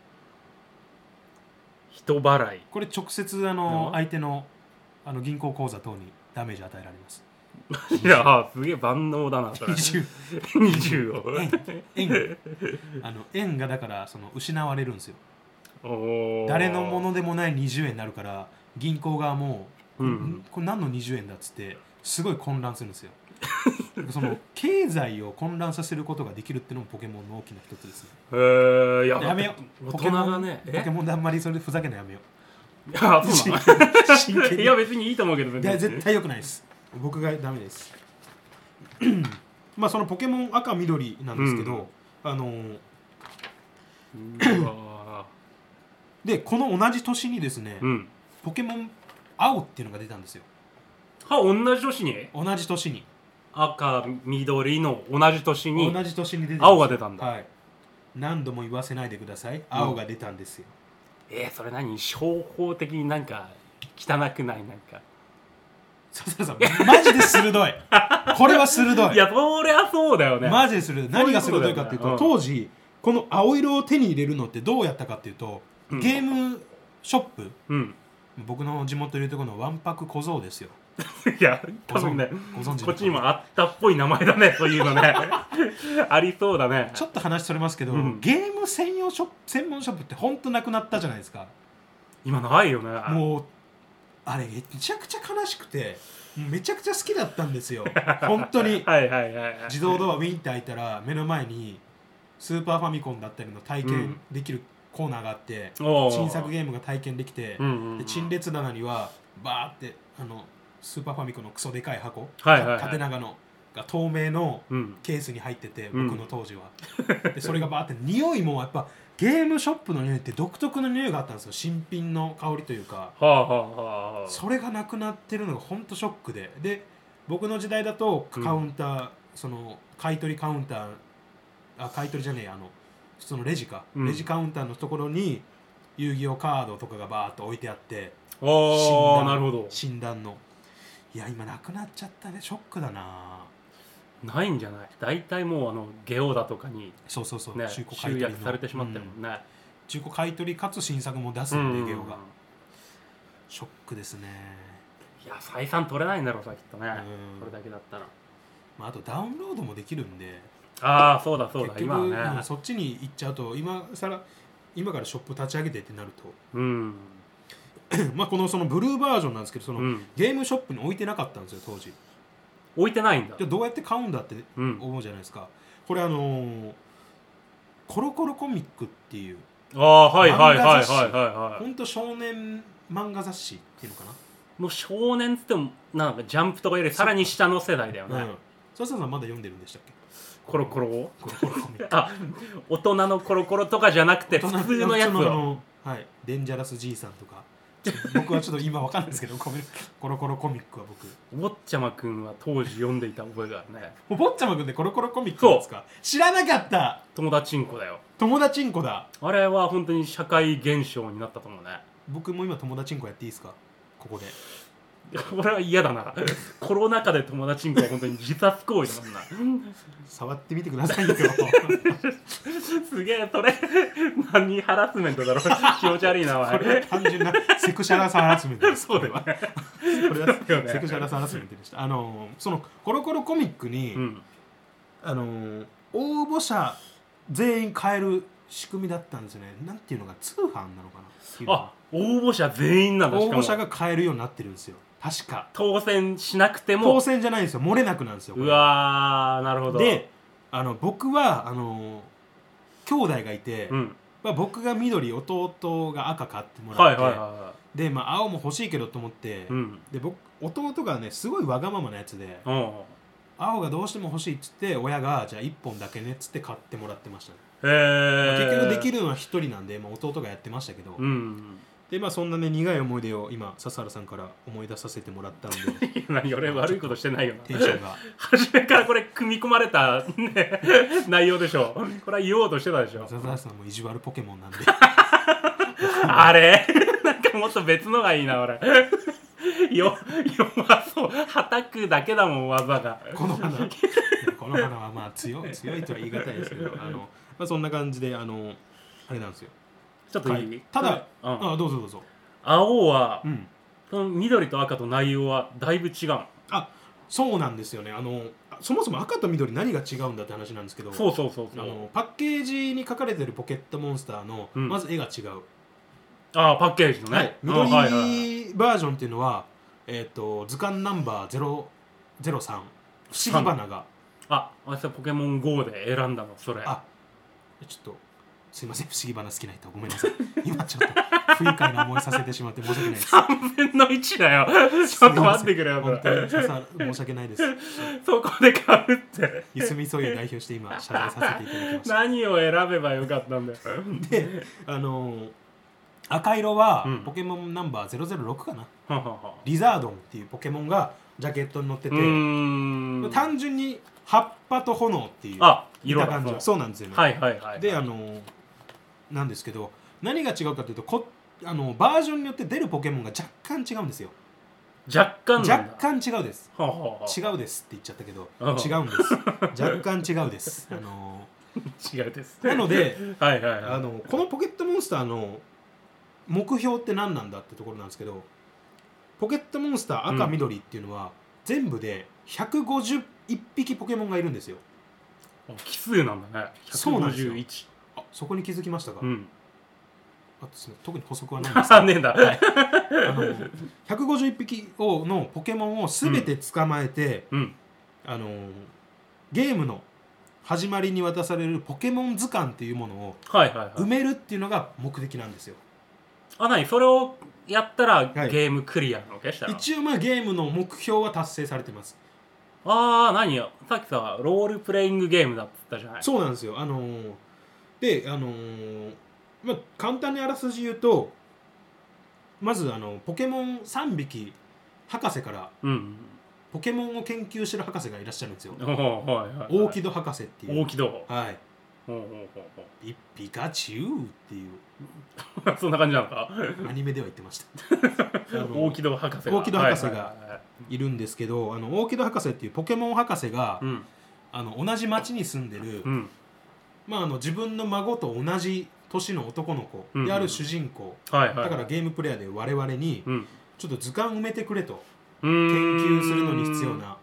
[SPEAKER 2] 人払い
[SPEAKER 1] これ直接あ
[SPEAKER 2] う
[SPEAKER 1] の
[SPEAKER 2] ん
[SPEAKER 1] 相手のあの銀行口座等にダメージ与えられます
[SPEAKER 2] いやーすげえ万能だなそれ
[SPEAKER 1] 20
[SPEAKER 2] 20を
[SPEAKER 1] 円あの円がだからその失われるんですよ
[SPEAKER 2] おー
[SPEAKER 1] 誰のものでもない20円になるから銀行側も
[SPEAKER 2] うん
[SPEAKER 1] んこれ何の20円だっつってすごい混乱するんですよ その経済を混乱させることができるっていうのもポケモンの大きな一つですね
[SPEAKER 2] えー、いや
[SPEAKER 1] やめよう
[SPEAKER 2] 大
[SPEAKER 1] ポ
[SPEAKER 2] 人
[SPEAKER 1] ケモン
[SPEAKER 2] がね
[SPEAKER 1] ポケモンであんまりそれふざけないやめよ
[SPEAKER 2] いやそうな
[SPEAKER 1] う真
[SPEAKER 2] の
[SPEAKER 1] 剣に
[SPEAKER 2] いや別にいいと思うけど
[SPEAKER 1] いや絶対良くないです僕がダメですまあそのポケモン赤緑なんですけど、あのー
[SPEAKER 2] うわ
[SPEAKER 1] でこの同じ年にですね、
[SPEAKER 2] ーうん
[SPEAKER 1] ポケモン青っていうのが出たんですよ
[SPEAKER 2] は同じ年に
[SPEAKER 1] 同じ年に
[SPEAKER 2] 赤緑の同じ年に
[SPEAKER 1] 同じ年に出てます
[SPEAKER 2] 青が出たんだ
[SPEAKER 1] はい何度も言わせないでください青が出たんですよ、
[SPEAKER 2] えー、それ何商法的になんか汚くないなんか
[SPEAKER 1] 笹田さんマジで鋭い これは鋭い
[SPEAKER 2] いやそりゃそうだよね、
[SPEAKER 1] マジで鋭い
[SPEAKER 2] そういうことだ
[SPEAKER 1] 何が鋭
[SPEAKER 2] よね
[SPEAKER 1] いかっていうと
[SPEAKER 2] うん
[SPEAKER 1] 当時この青色を手に入れるのってどうやったかっていうと、
[SPEAKER 2] うん
[SPEAKER 1] ゲームショップ
[SPEAKER 2] うん
[SPEAKER 1] 僕の地元でいうとこのわんぱく小僧ですよ
[SPEAKER 2] いや
[SPEAKER 1] ご存
[SPEAKER 2] 多分ね
[SPEAKER 1] ご存知の
[SPEAKER 2] こっちにもあったっぽい名前だねそういうのね ありそうだね
[SPEAKER 1] ちょっと話それますけど、
[SPEAKER 2] うん
[SPEAKER 1] ゲーム専用ショップ専門ショップって本当なくなったじゃないですか
[SPEAKER 2] 今ないよね
[SPEAKER 1] もうあれめちゃくちゃ悲しくてもうめちゃくちゃ好きだったんですよ本当に
[SPEAKER 2] はいはいはいはい
[SPEAKER 1] 自動ドアウィンって開いたら目の前にスーパーファミコンだったりの体験できるコーナーがあって、
[SPEAKER 2] おー
[SPEAKER 1] 新作ゲームが体験できて、
[SPEAKER 2] うんうんうん
[SPEAKER 1] で陳列棚にはバーってあのスーパーファミコンのクソでかい箱、
[SPEAKER 2] はいはいはい
[SPEAKER 1] 縦長のが透明の
[SPEAKER 2] うん
[SPEAKER 1] ケースに入ってて、
[SPEAKER 2] うん
[SPEAKER 1] 僕の当時はでそれがバーって匂いもやっぱゲームショップの匂いって独特の匂いがあったんですよ新品の香りというか
[SPEAKER 2] はあはあはあ
[SPEAKER 1] それがなくなってるのがほんとショックでで僕の時代だと
[SPEAKER 2] うん
[SPEAKER 1] カウンター、その買い取りカウンターあ買い取りじゃねえやあの普通のレジか、
[SPEAKER 2] うん
[SPEAKER 1] レジカウンターのところに遊戯王カードとかがバーっと置いてあって
[SPEAKER 2] ああ
[SPEAKER 1] 診断
[SPEAKER 2] なるほど
[SPEAKER 1] 診断のいや今なくなっちゃったねショックだな
[SPEAKER 2] ないんじゃない大体もうあのゲオだとかに
[SPEAKER 1] そうそうそう、
[SPEAKER 2] ね
[SPEAKER 1] 中古買い
[SPEAKER 2] 集
[SPEAKER 1] 取り
[SPEAKER 2] 約
[SPEAKER 1] の
[SPEAKER 2] されてしまったも
[SPEAKER 1] うん
[SPEAKER 2] んね
[SPEAKER 1] 中古買い取りかつ新作も出す
[SPEAKER 2] うん
[SPEAKER 1] で、
[SPEAKER 2] ん
[SPEAKER 1] ゲオがショックですね、
[SPEAKER 2] いや採算取れないんだろうさきっとね
[SPEAKER 1] うん
[SPEAKER 2] これだけだったら
[SPEAKER 1] まあ、あとダウンロードもできるんで
[SPEAKER 2] ああそうだそうだ
[SPEAKER 1] 結
[SPEAKER 2] 今
[SPEAKER 1] 局、
[SPEAKER 2] は
[SPEAKER 1] うん
[SPEAKER 2] ね
[SPEAKER 1] そっちに行っちゃうと今さら今からショップ立ち上げてってなる
[SPEAKER 2] うん
[SPEAKER 1] と まあこのそのブルーバージョンなんですけどその、
[SPEAKER 2] うん
[SPEAKER 1] ゲームショップに置いてなかったんですよ当時
[SPEAKER 2] 置いてないんだ
[SPEAKER 1] じゃあどうやって買うんだって
[SPEAKER 2] うん
[SPEAKER 1] 思うじゃないですかこれあのーコロコロコミックっていう
[SPEAKER 2] ああはいはいはいは
[SPEAKER 1] 漫
[SPEAKER 2] い
[SPEAKER 1] 画雑誌
[SPEAKER 2] はいはい
[SPEAKER 1] 本当少年漫画雑誌っていうのか
[SPEAKER 2] もう少年っつってもなんかジャンプとかよりさらに下の世代だよ
[SPEAKER 1] な、う
[SPEAKER 2] ね
[SPEAKER 1] ん、笹田さんまだ読んでるんでしたっけ
[SPEAKER 2] コロコロを
[SPEAKER 1] コロコロコミック
[SPEAKER 2] あ大人のコロコロとかじゃなくて普通のやつ
[SPEAKER 1] 普通のあ
[SPEAKER 2] を
[SPEAKER 1] のはいデンジャラスじいさんとかちょっと僕はちょっと今わかんないですけどコミコロコロコミックは僕
[SPEAKER 2] お坊ちゃまくんは当時読んでいた覚えがあるね
[SPEAKER 1] お坊ちゃまくんでコロコロコミックなんですか知らなかった
[SPEAKER 2] 友達んこだよ
[SPEAKER 1] 友達んこだ
[SPEAKER 2] あれは本当に社会現象になったと思うね
[SPEAKER 1] 僕も今友達んこやっていいですかここで
[SPEAKER 2] これは嫌だなコロナ禍で友達んこは本当に自殺行為だもんな
[SPEAKER 1] 触ってみてくださ いよ
[SPEAKER 2] すげえそれ何ハラスメントだろう 気持ち悪いなお
[SPEAKER 1] これは
[SPEAKER 2] 前
[SPEAKER 1] 単純なセクシャラスハラスメントです
[SPEAKER 2] そうだよ
[SPEAKER 1] これはこ
[SPEAKER 2] だ
[SPEAKER 1] れ
[SPEAKER 2] よ
[SPEAKER 1] は
[SPEAKER 2] ね
[SPEAKER 1] セクシャラスハラスメントでしたあのそのコロコロコミックに、
[SPEAKER 2] うん
[SPEAKER 1] あの応募者全員変える仕組みだったんですよねなんていうのが通販なのかなっていうの
[SPEAKER 2] あ
[SPEAKER 1] が
[SPEAKER 2] 応募者全員なんだし
[SPEAKER 1] 応
[SPEAKER 2] か
[SPEAKER 1] 募
[SPEAKER 2] も
[SPEAKER 1] 者が買えるようになってるんですよ確か
[SPEAKER 2] 当選しなくて
[SPEAKER 1] 当
[SPEAKER 2] も
[SPEAKER 1] 選じゃないんですよ漏れなくなんですよこれ
[SPEAKER 2] うわーなるほど
[SPEAKER 1] であの僕はあの兄弟がいて、
[SPEAKER 2] うん、
[SPEAKER 1] まあ、僕が緑弟が赤買っても
[SPEAKER 2] は
[SPEAKER 1] ら
[SPEAKER 2] い
[SPEAKER 1] っ
[SPEAKER 2] はい
[SPEAKER 1] て、
[SPEAKER 2] はいは
[SPEAKER 1] で、まあ、青も欲しいけどと思って、
[SPEAKER 2] いうん
[SPEAKER 1] で僕弟がねすごいわがままなやつで、
[SPEAKER 2] うん
[SPEAKER 1] 青がどうしても欲しいっつって親がじゃあ1本だけねっつって買ってもらってましたね、
[SPEAKER 2] へ
[SPEAKER 1] まあ
[SPEAKER 2] え
[SPEAKER 1] 結局でき
[SPEAKER 2] る
[SPEAKER 1] るのは1人なんで、まあ、弟がやってましたけど、
[SPEAKER 2] うん
[SPEAKER 1] でまあそんなね苦い思い出を今笹原さんから思い出させてもらったんで
[SPEAKER 2] 何俺悪いことしてないよ
[SPEAKER 1] テ
[SPEAKER 2] な
[SPEAKER 1] ンションが
[SPEAKER 2] 初めからこれ組み込まれた、ね、 内容でしょこれは言おうとしてたでしょ
[SPEAKER 1] 笹原さんも意地悪ポケモン なんで
[SPEAKER 2] あれ なんかもっと別のがいいな俺 よ弱そうはたくだけだもん技が
[SPEAKER 1] この花この花はまあ強い強いとは言い難いですけ どあの、まあ、そんな感じであのあれなんですよ
[SPEAKER 2] ちょっといい、
[SPEAKER 1] はいただ、
[SPEAKER 2] うん
[SPEAKER 1] あどうぞどうぞ
[SPEAKER 2] 青は
[SPEAKER 1] うん
[SPEAKER 2] その緑と赤と内容はだいぶ違う
[SPEAKER 1] あそうなんですよねあのあそもそも赤と緑何が違うんだって話なんですけど
[SPEAKER 2] そうそうそう
[SPEAKER 1] あ
[SPEAKER 2] そう
[SPEAKER 1] のパッケージに書かれてるポケットモンスターの、
[SPEAKER 2] うん
[SPEAKER 1] まず絵が違う、
[SPEAKER 2] ああパッケージのね、
[SPEAKER 1] はい、
[SPEAKER 2] うん
[SPEAKER 1] 緑
[SPEAKER 2] はいはい
[SPEAKER 1] バージョンっていうのは、えっ、と図鑑ナンバー003不思議花が
[SPEAKER 2] あ私はポケモン GO で選んだのそれ
[SPEAKER 1] あちょっとすいません不思議花好きな人ごめん なさい今ちょっと不愉快な思いさせてしまって申し訳ない です
[SPEAKER 2] 3分の1だよちょっと待ってくれよこ
[SPEAKER 1] 本当
[SPEAKER 2] れ
[SPEAKER 1] にささ申し訳ないです
[SPEAKER 2] そこで買うって
[SPEAKER 1] ゆすみそういう代表して今謝罪させていただき ました
[SPEAKER 2] 何を選べばよかったんだよ
[SPEAKER 1] であのー赤色は
[SPEAKER 2] うん
[SPEAKER 1] ポケモンナンバー006かな、
[SPEAKER 2] ははは
[SPEAKER 1] リザードンっていうポケモンがジャケットに乗って
[SPEAKER 2] う
[SPEAKER 1] て、
[SPEAKER 2] ーん
[SPEAKER 1] 単純に葉っぱと炎っていう
[SPEAKER 2] あ
[SPEAKER 1] 見た
[SPEAKER 2] 色が
[SPEAKER 1] 感じそうなんですよね、
[SPEAKER 2] はいはいはい
[SPEAKER 1] であのなんですけど何が違うかというとこあのバージョンによって出るポケモンが若干違うんですよ
[SPEAKER 2] 若干な
[SPEAKER 1] 若
[SPEAKER 2] んだ
[SPEAKER 1] 干違うです
[SPEAKER 2] ははは
[SPEAKER 1] 違うですって言っちゃったけど
[SPEAKER 2] あ
[SPEAKER 1] 違うん です若干違うですあの
[SPEAKER 2] 違う です
[SPEAKER 1] なの で
[SPEAKER 2] はいはいはい
[SPEAKER 1] あのこのポケットモンスターの目標って何なんだってところなんですけどポケットモンスター赤
[SPEAKER 2] うん
[SPEAKER 1] 緑っていうのは、全部で151匹ポケモンがいるんですよ
[SPEAKER 2] あ奇数なんだね
[SPEAKER 1] そうなんですよ
[SPEAKER 2] 151
[SPEAKER 1] あそこに気づきましたか、
[SPEAKER 2] うん
[SPEAKER 1] あすみません特に補足はないんです
[SPEAKER 2] あねえんだはい
[SPEAKER 1] あの151匹をのポケモンを全て捕まえて、
[SPEAKER 2] うん
[SPEAKER 1] あのゲームの始まりに渡されるポケモン図鑑っていうものを
[SPEAKER 2] はいはい
[SPEAKER 1] 埋
[SPEAKER 2] はい
[SPEAKER 1] めるっていうのが目的なんですよ
[SPEAKER 2] あ何それをやったら
[SPEAKER 1] はい
[SPEAKER 2] ゲームクリアなのけしたら
[SPEAKER 1] 一応まあゲームの目標は達成されてます
[SPEAKER 2] ああ何よさっきさロールプレイングゲームだって言ったじゃない
[SPEAKER 1] そうなんですよあのーであのーまあ簡単にあらすじ言うとまずあのポケモン3匹博士から
[SPEAKER 2] うん
[SPEAKER 1] ポケモンを研究してる博士がいらっしゃるんですよ
[SPEAKER 2] おおはいはい
[SPEAKER 1] 大木戸博士っていう
[SPEAKER 2] 大木戸
[SPEAKER 1] はい
[SPEAKER 2] ほうほうほう
[SPEAKER 1] 一ピカチュウっていう
[SPEAKER 2] ほうそんな感じなのか
[SPEAKER 1] アニメでは言ってましたあの
[SPEAKER 2] 大木戸博士が
[SPEAKER 1] 大木戸博士が
[SPEAKER 2] はいはいはいはい
[SPEAKER 1] いるんですけどあの大木戸博士っていうポケモン博士が、
[SPEAKER 2] うん
[SPEAKER 1] あの同じ町に住んでる、
[SPEAKER 2] うん
[SPEAKER 1] まあ、あの自分の孫と同じ年の男の子
[SPEAKER 2] うんうん
[SPEAKER 1] である主人公、
[SPEAKER 2] はいはいはい
[SPEAKER 1] だからゲームプレイヤーで我々に
[SPEAKER 2] うん
[SPEAKER 1] ちょっと図鑑埋めてくれと
[SPEAKER 2] 研
[SPEAKER 1] 研究するのに必要な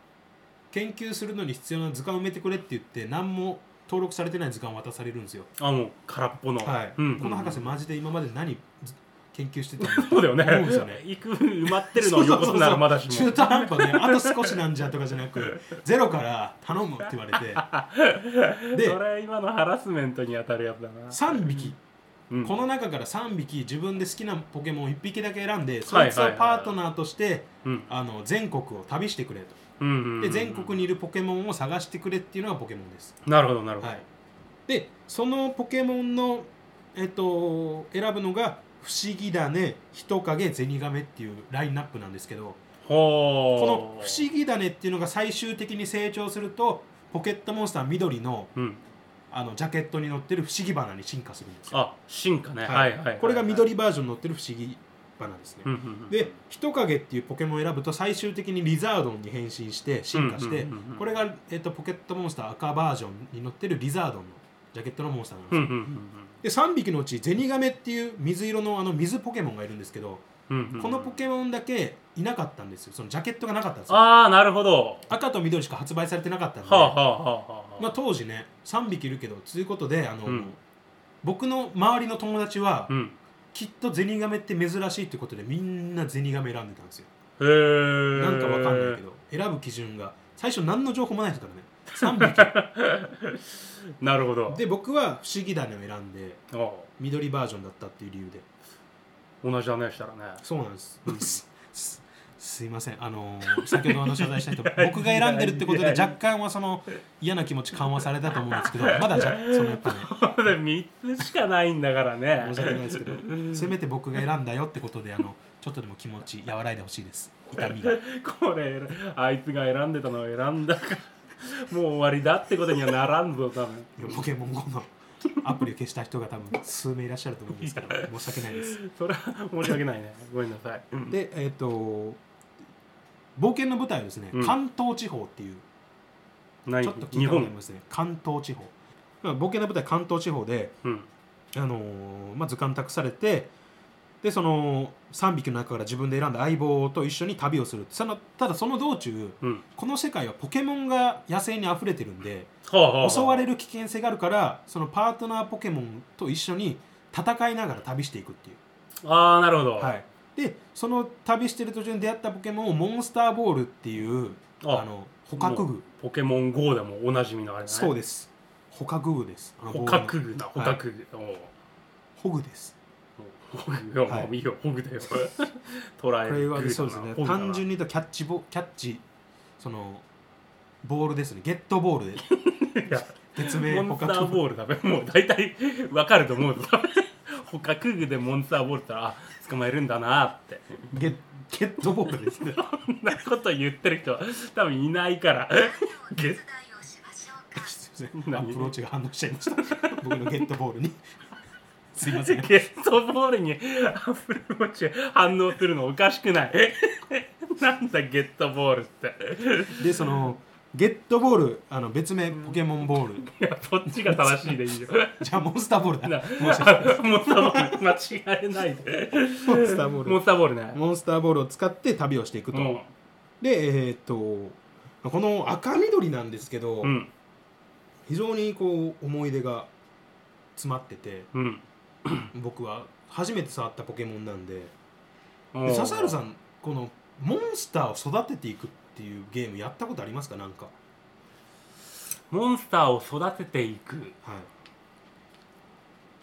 [SPEAKER 1] 研究するのに必要な図鑑埋めてくれって言って何も登録されてない図鑑渡されるんですよ、
[SPEAKER 2] あもう空っぽの、
[SPEAKER 1] はい
[SPEAKER 2] うん、
[SPEAKER 1] この博士マジで今まで何ず研究してたんだろう
[SPEAKER 2] そうだよね
[SPEAKER 1] 思うんですよね
[SPEAKER 2] 行く埋まってるの横綱ならまだしも
[SPEAKER 1] 中途半端であと少しなんじゃとかじゃな くゼロから頼むって言われて で
[SPEAKER 2] それ今のハラスメントに当たるやつだな、
[SPEAKER 1] 3匹
[SPEAKER 2] うん、
[SPEAKER 1] この中から3匹自分で好きなポケモンを1匹だけ選んでそいつ
[SPEAKER 2] は
[SPEAKER 1] を
[SPEAKER 2] いはいはい
[SPEAKER 1] パートナーとして
[SPEAKER 2] うん
[SPEAKER 1] あの全国を旅してくれ
[SPEAKER 2] うんうんうん
[SPEAKER 1] とで全国にいるポケモンを探してくれっていうのがポケモンです、
[SPEAKER 2] なるほどなるほど、
[SPEAKER 1] はい、でそのポケモンの、えっと、選ぶのが「不思議だね人影ゼニガメ」っていうラインナップなんですけど
[SPEAKER 2] ほう
[SPEAKER 1] この「不思議だね」っていうのが最終的に成長するとポケットモンスター緑の
[SPEAKER 2] うん、
[SPEAKER 1] あのジャケットに乗ってる不思議花に進化するんですよ、
[SPEAKER 2] あ進化ねはいはい、はい、
[SPEAKER 1] これが緑バージョンに乗ってる不思議花ですね、
[SPEAKER 2] うんうんうん
[SPEAKER 1] で人影っていうポケモンを選ぶと最終的にリザードンに変身して進化して、
[SPEAKER 2] うんうんうんうん
[SPEAKER 1] これが、えっとポケットモンスター赤バージョンに乗ってるリザードンのジャケットのモンスターなんです
[SPEAKER 2] うん
[SPEAKER 1] よ、
[SPEAKER 2] うん
[SPEAKER 1] で3匹のうちゼニガメっていう水色のあの水ポケモンがいるんですけど、
[SPEAKER 2] うんうんうん
[SPEAKER 1] このポケモンだけいなかったんですよそのジャケットがなかったんですよ
[SPEAKER 2] ああなるほど
[SPEAKER 1] 赤と緑しか発売されてなかったんで、
[SPEAKER 2] はあはあはあはあ
[SPEAKER 1] まあ、当時ね3匹いるけどということであの、
[SPEAKER 2] うん
[SPEAKER 1] 僕の周りの友達は、
[SPEAKER 2] うん
[SPEAKER 1] きっとゼニガメって珍しいってことでみんなゼニガメ選んでたんですよ
[SPEAKER 2] へえ
[SPEAKER 1] なんかわかんないけど選ぶ基準が最初何の情報もないですからね3
[SPEAKER 2] なるほど
[SPEAKER 1] 匹で僕は「不思議種」を選んで
[SPEAKER 2] ああ
[SPEAKER 1] 緑バージョンだったっていう理由で
[SPEAKER 2] 同じだねしたらね
[SPEAKER 1] そうなんです、
[SPEAKER 2] うん
[SPEAKER 1] すすすいませんあのー先ほどあの謝罪したい と僕が選んでるってことで若干はその嫌な気持ち緩和されたと思うんですけどまだじゃそのやっぱね
[SPEAKER 2] 3つしかないんだからね
[SPEAKER 1] 申し訳ないですけどせめて僕が選んだよってことであのちょっとでも気持ち和らいでほしいです痛みが
[SPEAKER 2] これあいつが選んでたのを選んだからもう終わりだってことにはならんぞ多分
[SPEAKER 1] ポケモン GO のアプリを消した人が多分数名いらっしゃると思うんですけど申し訳ないです
[SPEAKER 2] それは申し訳ないねごめんなさい、うん
[SPEAKER 1] でえっ、と冒険の舞台はですね、
[SPEAKER 2] うん
[SPEAKER 1] 関東地方っていう
[SPEAKER 2] 何
[SPEAKER 1] ちょっと聞
[SPEAKER 2] 日
[SPEAKER 1] いたことあり
[SPEAKER 2] 本
[SPEAKER 1] ますね関東地方まあ冒険の舞台関東地方で、
[SPEAKER 2] うん
[SPEAKER 1] あのーまあ、図鑑託されてでその3匹の中から自分で選んだ相棒と一緒に旅をするそのただその道中
[SPEAKER 2] うん
[SPEAKER 1] この世界はポケモンが野生に溢れてるんで
[SPEAKER 2] はあはあ
[SPEAKER 1] 襲われる危険性があるからそのパートナーポケモンと一緒に戦いながら旅していくっていう、
[SPEAKER 2] ああなるほど、
[SPEAKER 1] はい、でその旅してる途中に出会ったポケモンをモンスターボールっていう
[SPEAKER 2] あ
[SPEAKER 1] あの捕獲
[SPEAKER 2] も
[SPEAKER 1] 具
[SPEAKER 2] ポケモン GO でもおなじみのあれだね
[SPEAKER 1] そうです捕獲具ですあの
[SPEAKER 2] 捕
[SPEAKER 1] ボールの
[SPEAKER 2] 獲具だ捕獲具、おう
[SPEAKER 1] ホグです
[SPEAKER 2] ホグよ、
[SPEAKER 1] はい
[SPEAKER 2] もういいよ、ホグだよ。トライ
[SPEAKER 1] これはそうですね
[SPEAKER 2] ホグだな
[SPEAKER 1] 単純に言うとキャッチボキャッチそのボールですねゲットボー ルで
[SPEAKER 2] いや
[SPEAKER 1] 別名
[SPEAKER 2] モ
[SPEAKER 1] 捕
[SPEAKER 2] ンスタ
[SPEAKER 1] 獲
[SPEAKER 2] ー
[SPEAKER 1] 具
[SPEAKER 2] ボールだべ。もう大体わかると思うぞ。捕獲具でモンスターボールって言ったら、あ、捕まえるんだなって。
[SPEAKER 1] ゲゲットボールですね
[SPEAKER 2] そんなこと言ってる人は多分いないから。ゲ
[SPEAKER 3] 手伝いをしましょうか。
[SPEAKER 1] すいませんア
[SPEAKER 2] 何
[SPEAKER 1] プローチが反応しちゃいま した僕のゲットボールにすいません
[SPEAKER 2] ゲットボールにアプルウォッチ反応するのおかしくない。なんだゲットボールって。
[SPEAKER 1] でそのゲットボールあの別名ポケモンボール
[SPEAKER 2] いや、そっちが正しいでいいよ。
[SPEAKER 1] じゃあモンスターボール
[SPEAKER 2] な
[SPEAKER 1] だ
[SPEAKER 2] モンスターボール間違えないで。
[SPEAKER 1] モンスターボー
[SPEAKER 2] モン
[SPEAKER 1] ル
[SPEAKER 2] スターボールね。
[SPEAKER 1] モンスターボールを使って旅をしていくと、でえーっとこの赤緑なんですけど、
[SPEAKER 2] うん。うん。
[SPEAKER 1] 非常にこう思い出が詰まってて
[SPEAKER 2] うん。
[SPEAKER 1] 僕は初めて触ったポケモンなんで
[SPEAKER 2] お
[SPEAKER 1] で
[SPEAKER 2] う
[SPEAKER 1] 笹原さんこのモンスターを育てていくっていうゲームやったことありますかなんか
[SPEAKER 2] モンスターを育てていく
[SPEAKER 1] はい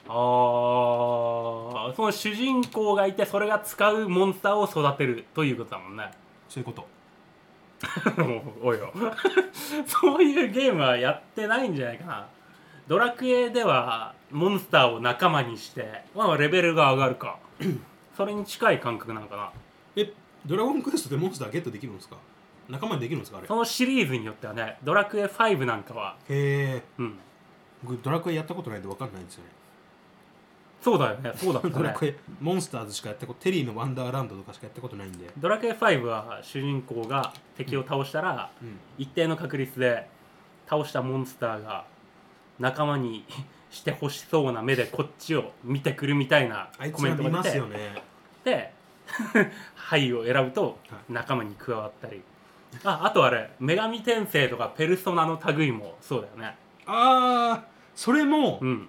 [SPEAKER 2] あーその主人公がいてそれが使うモンスターを育てるということだもんね
[SPEAKER 1] そういうこと
[SPEAKER 2] おいよ そういうゲームはやってないんじゃないかなドラクエではモンスターを仲間にして、まあ、レベルが上が るかそれに近い感覚なのかな
[SPEAKER 1] えドラゴンクエストでモンスターゲットできるんですか仲間にできるんですかあれへ
[SPEAKER 2] そのシリーズによってはねドラクエ5なんかは
[SPEAKER 1] え
[SPEAKER 2] うん
[SPEAKER 1] 僕ドラクエやったことないんで分かんないんですよね
[SPEAKER 2] そうだよねそうだった
[SPEAKER 1] ドラ
[SPEAKER 2] ね
[SPEAKER 1] クエモンスターズしかやったことテリーのワンダーランドとかしかやったことないんで、
[SPEAKER 2] ドラクエ5は主人公が敵を倒したら、
[SPEAKER 1] うん、
[SPEAKER 2] 一定の確率で倒したモンスターが仲間にしてほしそうな目でこっちを見てくるみたいな
[SPEAKER 1] あいつ
[SPEAKER 2] コメ
[SPEAKER 1] は
[SPEAKER 2] ント
[SPEAKER 1] 見
[SPEAKER 2] が
[SPEAKER 1] ま
[SPEAKER 2] 出
[SPEAKER 1] す
[SPEAKER 2] て、
[SPEAKER 1] よね
[SPEAKER 2] で 「はい」を選ぶと
[SPEAKER 1] は
[SPEAKER 2] 仲間に加わったりああとあれ「女神転生」とか「ペルソナの類」もそうだよね
[SPEAKER 1] ああそれも
[SPEAKER 2] うん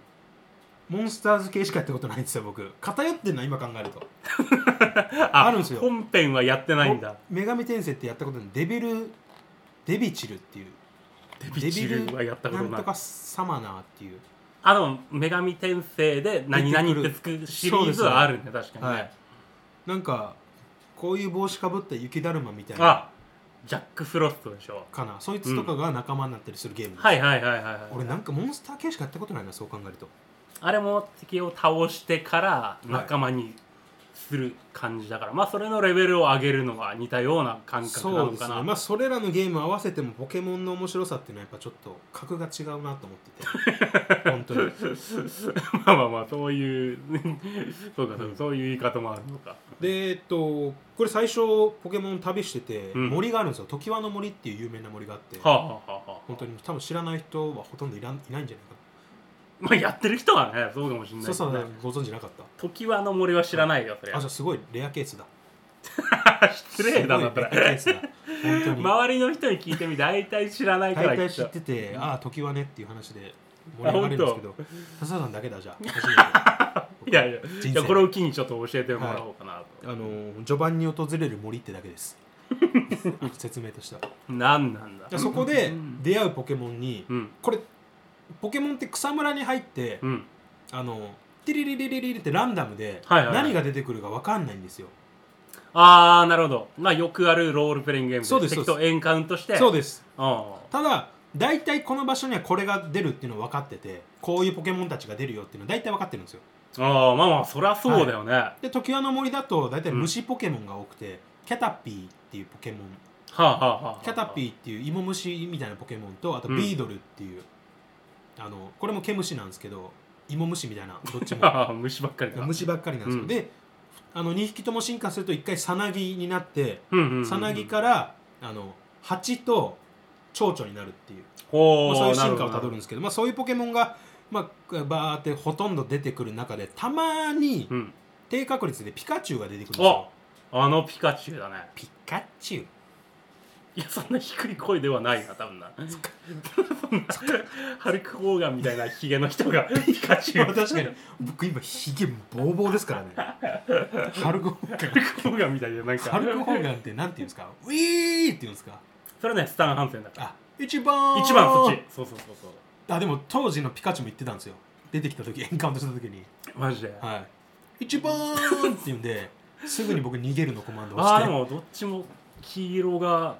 [SPEAKER 1] モンスターズ系しかやったことないんですよ僕偏ってんな今考えると
[SPEAKER 2] あ
[SPEAKER 1] あるんすよ
[SPEAKER 2] 本編はやってないんだ
[SPEAKER 1] 女神転生ってやったことないデビルデビチルっていう
[SPEAKER 2] デビチルはやったこと
[SPEAKER 1] ん
[SPEAKER 2] な
[SPEAKER 1] と
[SPEAKER 2] い
[SPEAKER 1] かサマナーっていう
[SPEAKER 2] あの女神転生で「何々」ってつくシリーズはあるね確かにね、
[SPEAKER 1] はいなんかこういう帽子かぶった雪だるまみたいな
[SPEAKER 2] あジャック・フロストでしょ
[SPEAKER 1] かなそいつとかが仲間になったりするゲーム、
[SPEAKER 2] はいはいはいはいはい
[SPEAKER 1] 俺なんかモンスター系しかやったことないなそう考えると
[SPEAKER 2] あれも敵を倒してから仲間にする感じだから、まあそれのレベルを上げるのは似たような感覚な
[SPEAKER 1] そう
[SPEAKER 2] の
[SPEAKER 1] で
[SPEAKER 2] か
[SPEAKER 1] す
[SPEAKER 2] な、
[SPEAKER 1] ねまあそれらのゲーム合わせてもポケモンの面白さっていうのはやっぱちょっと格が違うなと思って て本当に
[SPEAKER 2] まあまあまあそういう そうかそうかそういう言い方もあるのか
[SPEAKER 1] でえっとこれ最初ポケモン旅してて、
[SPEAKER 2] うん
[SPEAKER 1] 森があるんですよ常盤の森っていう有名な森があって
[SPEAKER 2] はあ、はあはあはあ、
[SPEAKER 1] 本当に多分知らない人はほとんどいらんいないんじゃないか
[SPEAKER 2] まあやってる人はねそうかもしれ
[SPEAKER 1] な
[SPEAKER 2] ない
[SPEAKER 1] そうそ
[SPEAKER 2] けど
[SPEAKER 1] う
[SPEAKER 2] ね
[SPEAKER 1] ご存知なかった
[SPEAKER 2] 時はの森は知らないよそれ
[SPEAKER 1] あじゃあすごいレアケースだ
[SPEAKER 2] 失礼だな
[SPEAKER 1] すご
[SPEAKER 2] そ
[SPEAKER 1] いレアケ
[SPEAKER 2] れ
[SPEAKER 1] ースだ本当に
[SPEAKER 2] 周りの人に聞いてみ大体知らないか
[SPEAKER 1] 大
[SPEAKER 2] らき
[SPEAKER 1] 体
[SPEAKER 2] っ
[SPEAKER 1] 知っ
[SPEAKER 2] と
[SPEAKER 1] てて、ああ、時はねっていう話で、盛り上がるんですけど笹田さんだけだじゃあ初めて
[SPEAKER 2] いやいや
[SPEAKER 1] 人
[SPEAKER 2] い
[SPEAKER 1] 生
[SPEAKER 2] やこれを機にちょっと教えてもらおうかな
[SPEAKER 1] あの序盤に訪れる森ってだけです説明としては
[SPEAKER 2] と、なんなんだ
[SPEAKER 1] でそこで出会うポケモンに
[SPEAKER 2] うん
[SPEAKER 1] これポケモンって草むらに入って
[SPEAKER 2] うん
[SPEAKER 1] あのティリリリリリリってランダムで
[SPEAKER 2] はいはいはい
[SPEAKER 1] 何が出てくるか分かんないんですよ
[SPEAKER 2] ああなるほどまあよくあるロールプレイングゲーム
[SPEAKER 1] そうです
[SPEAKER 2] 敵
[SPEAKER 1] そう
[SPEAKER 2] とエンカウントして
[SPEAKER 1] そう
[SPEAKER 2] で
[SPEAKER 1] です
[SPEAKER 2] あ
[SPEAKER 1] ただ大体この場所にはこれが出るっていうのは分かっててこういうポケモンたちが出るよっていうのは大体分かってるんですよ
[SPEAKER 2] ーあーまあまあそりゃそうだよね、は
[SPEAKER 1] で時盤の森だと大体虫ポケモンが多くて、キャタピーっていうポケモン
[SPEAKER 2] あはあはあ
[SPEAKER 1] キャタピーっていう芋虫みたいなポケモンとあと
[SPEAKER 2] うん
[SPEAKER 1] ビードルっていう、あのこれも毛虫なんですけど芋虫みたいなどっちも
[SPEAKER 2] あー虫ばっかりだ
[SPEAKER 1] 虫ばっかりなんですよ、
[SPEAKER 2] うん
[SPEAKER 1] であの2匹とも進化すると1回サナギになって
[SPEAKER 2] うんうんうんうん
[SPEAKER 1] サナギからあの蜂と蝶々になるっていう、
[SPEAKER 2] お
[SPEAKER 1] ま
[SPEAKER 2] ー
[SPEAKER 1] あ、そういう進化をたどるん
[SPEAKER 2] な
[SPEAKER 1] ですけどまあ、そういうポケモンが、まあ、バーってほとんど出てくる中でたまに
[SPEAKER 2] ほどうん
[SPEAKER 1] 低確率でピカチュウが出てくるんですよ
[SPEAKER 2] ああのピカチュウだね
[SPEAKER 1] ピカチュウ
[SPEAKER 2] いやそんな低い声ではないな多分 な そんなハルク・ホーガンみたいなヒゲの人 がピカチュウ
[SPEAKER 1] まあ確かに僕今ひげボーボーですからね ハルクホーガン
[SPEAKER 2] ハルク・ホーガンみたいでなん
[SPEAKER 1] ハ
[SPEAKER 2] か
[SPEAKER 1] ルクホーガンってなんて言うんですかウィーって言うんですか
[SPEAKER 2] それねスタン・ハンセンだから
[SPEAKER 1] あ一番
[SPEAKER 2] 一番そっちそうそうそうそ
[SPEAKER 1] あでも当時のピカチュウも言ってたんですよ出てきた時エンカウントした時に
[SPEAKER 2] うマジであ
[SPEAKER 1] はい一番って言うんですぐに僕逃げるのコマンドを
[SPEAKER 2] あーで
[SPEAKER 1] して
[SPEAKER 2] もどっちも黄色が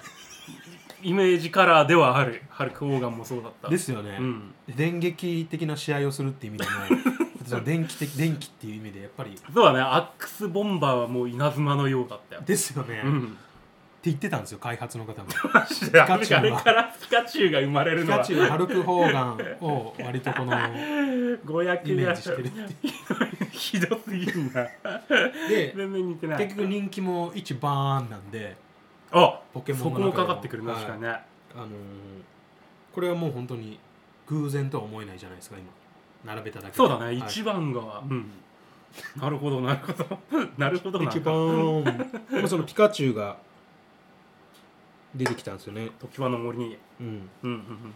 [SPEAKER 2] イメージカラーではあるハルク・ホーガンもそうだった
[SPEAKER 1] ですよね、
[SPEAKER 2] うん
[SPEAKER 1] 電撃的な試合をするっていう 意味でもその電気的電気っていう意味でやっぱり
[SPEAKER 2] そうだねアックス・ボンバーはもう稲妻のようだったよ
[SPEAKER 1] ですよね、っ
[SPEAKER 2] う
[SPEAKER 1] て
[SPEAKER 2] ん
[SPEAKER 1] 言ってたんですよ開発の方も
[SPEAKER 2] マジであ
[SPEAKER 1] カ
[SPEAKER 2] れ
[SPEAKER 1] チュウは
[SPEAKER 2] あれからピカチュウが生まれる
[SPEAKER 1] ピ
[SPEAKER 2] のは
[SPEAKER 1] カチュウハルクホーガンを割とこ の
[SPEAKER 2] 五百
[SPEAKER 1] イメージしてるっていう
[SPEAKER 2] ひどすぎるな
[SPEAKER 1] で
[SPEAKER 2] 全然似てない
[SPEAKER 1] 結局人気も一番なんで
[SPEAKER 2] あ
[SPEAKER 1] ポケ
[SPEAKER 2] そ
[SPEAKER 1] モ
[SPEAKER 2] こ
[SPEAKER 1] ンの中で
[SPEAKER 2] もかかってくるな
[SPEAKER 1] はい
[SPEAKER 2] 確かにね
[SPEAKER 1] あのーこれはもう本当に偶然とは思えないじゃないですか今並べただけで
[SPEAKER 2] そうだね
[SPEAKER 1] はい
[SPEAKER 2] 一番がうんなるほどなる ほどなるほどな
[SPEAKER 1] 一番 まあそのピカチュウが出てきたんですよね、
[SPEAKER 2] 時盤の森に
[SPEAKER 1] うん、
[SPEAKER 2] うんうんうん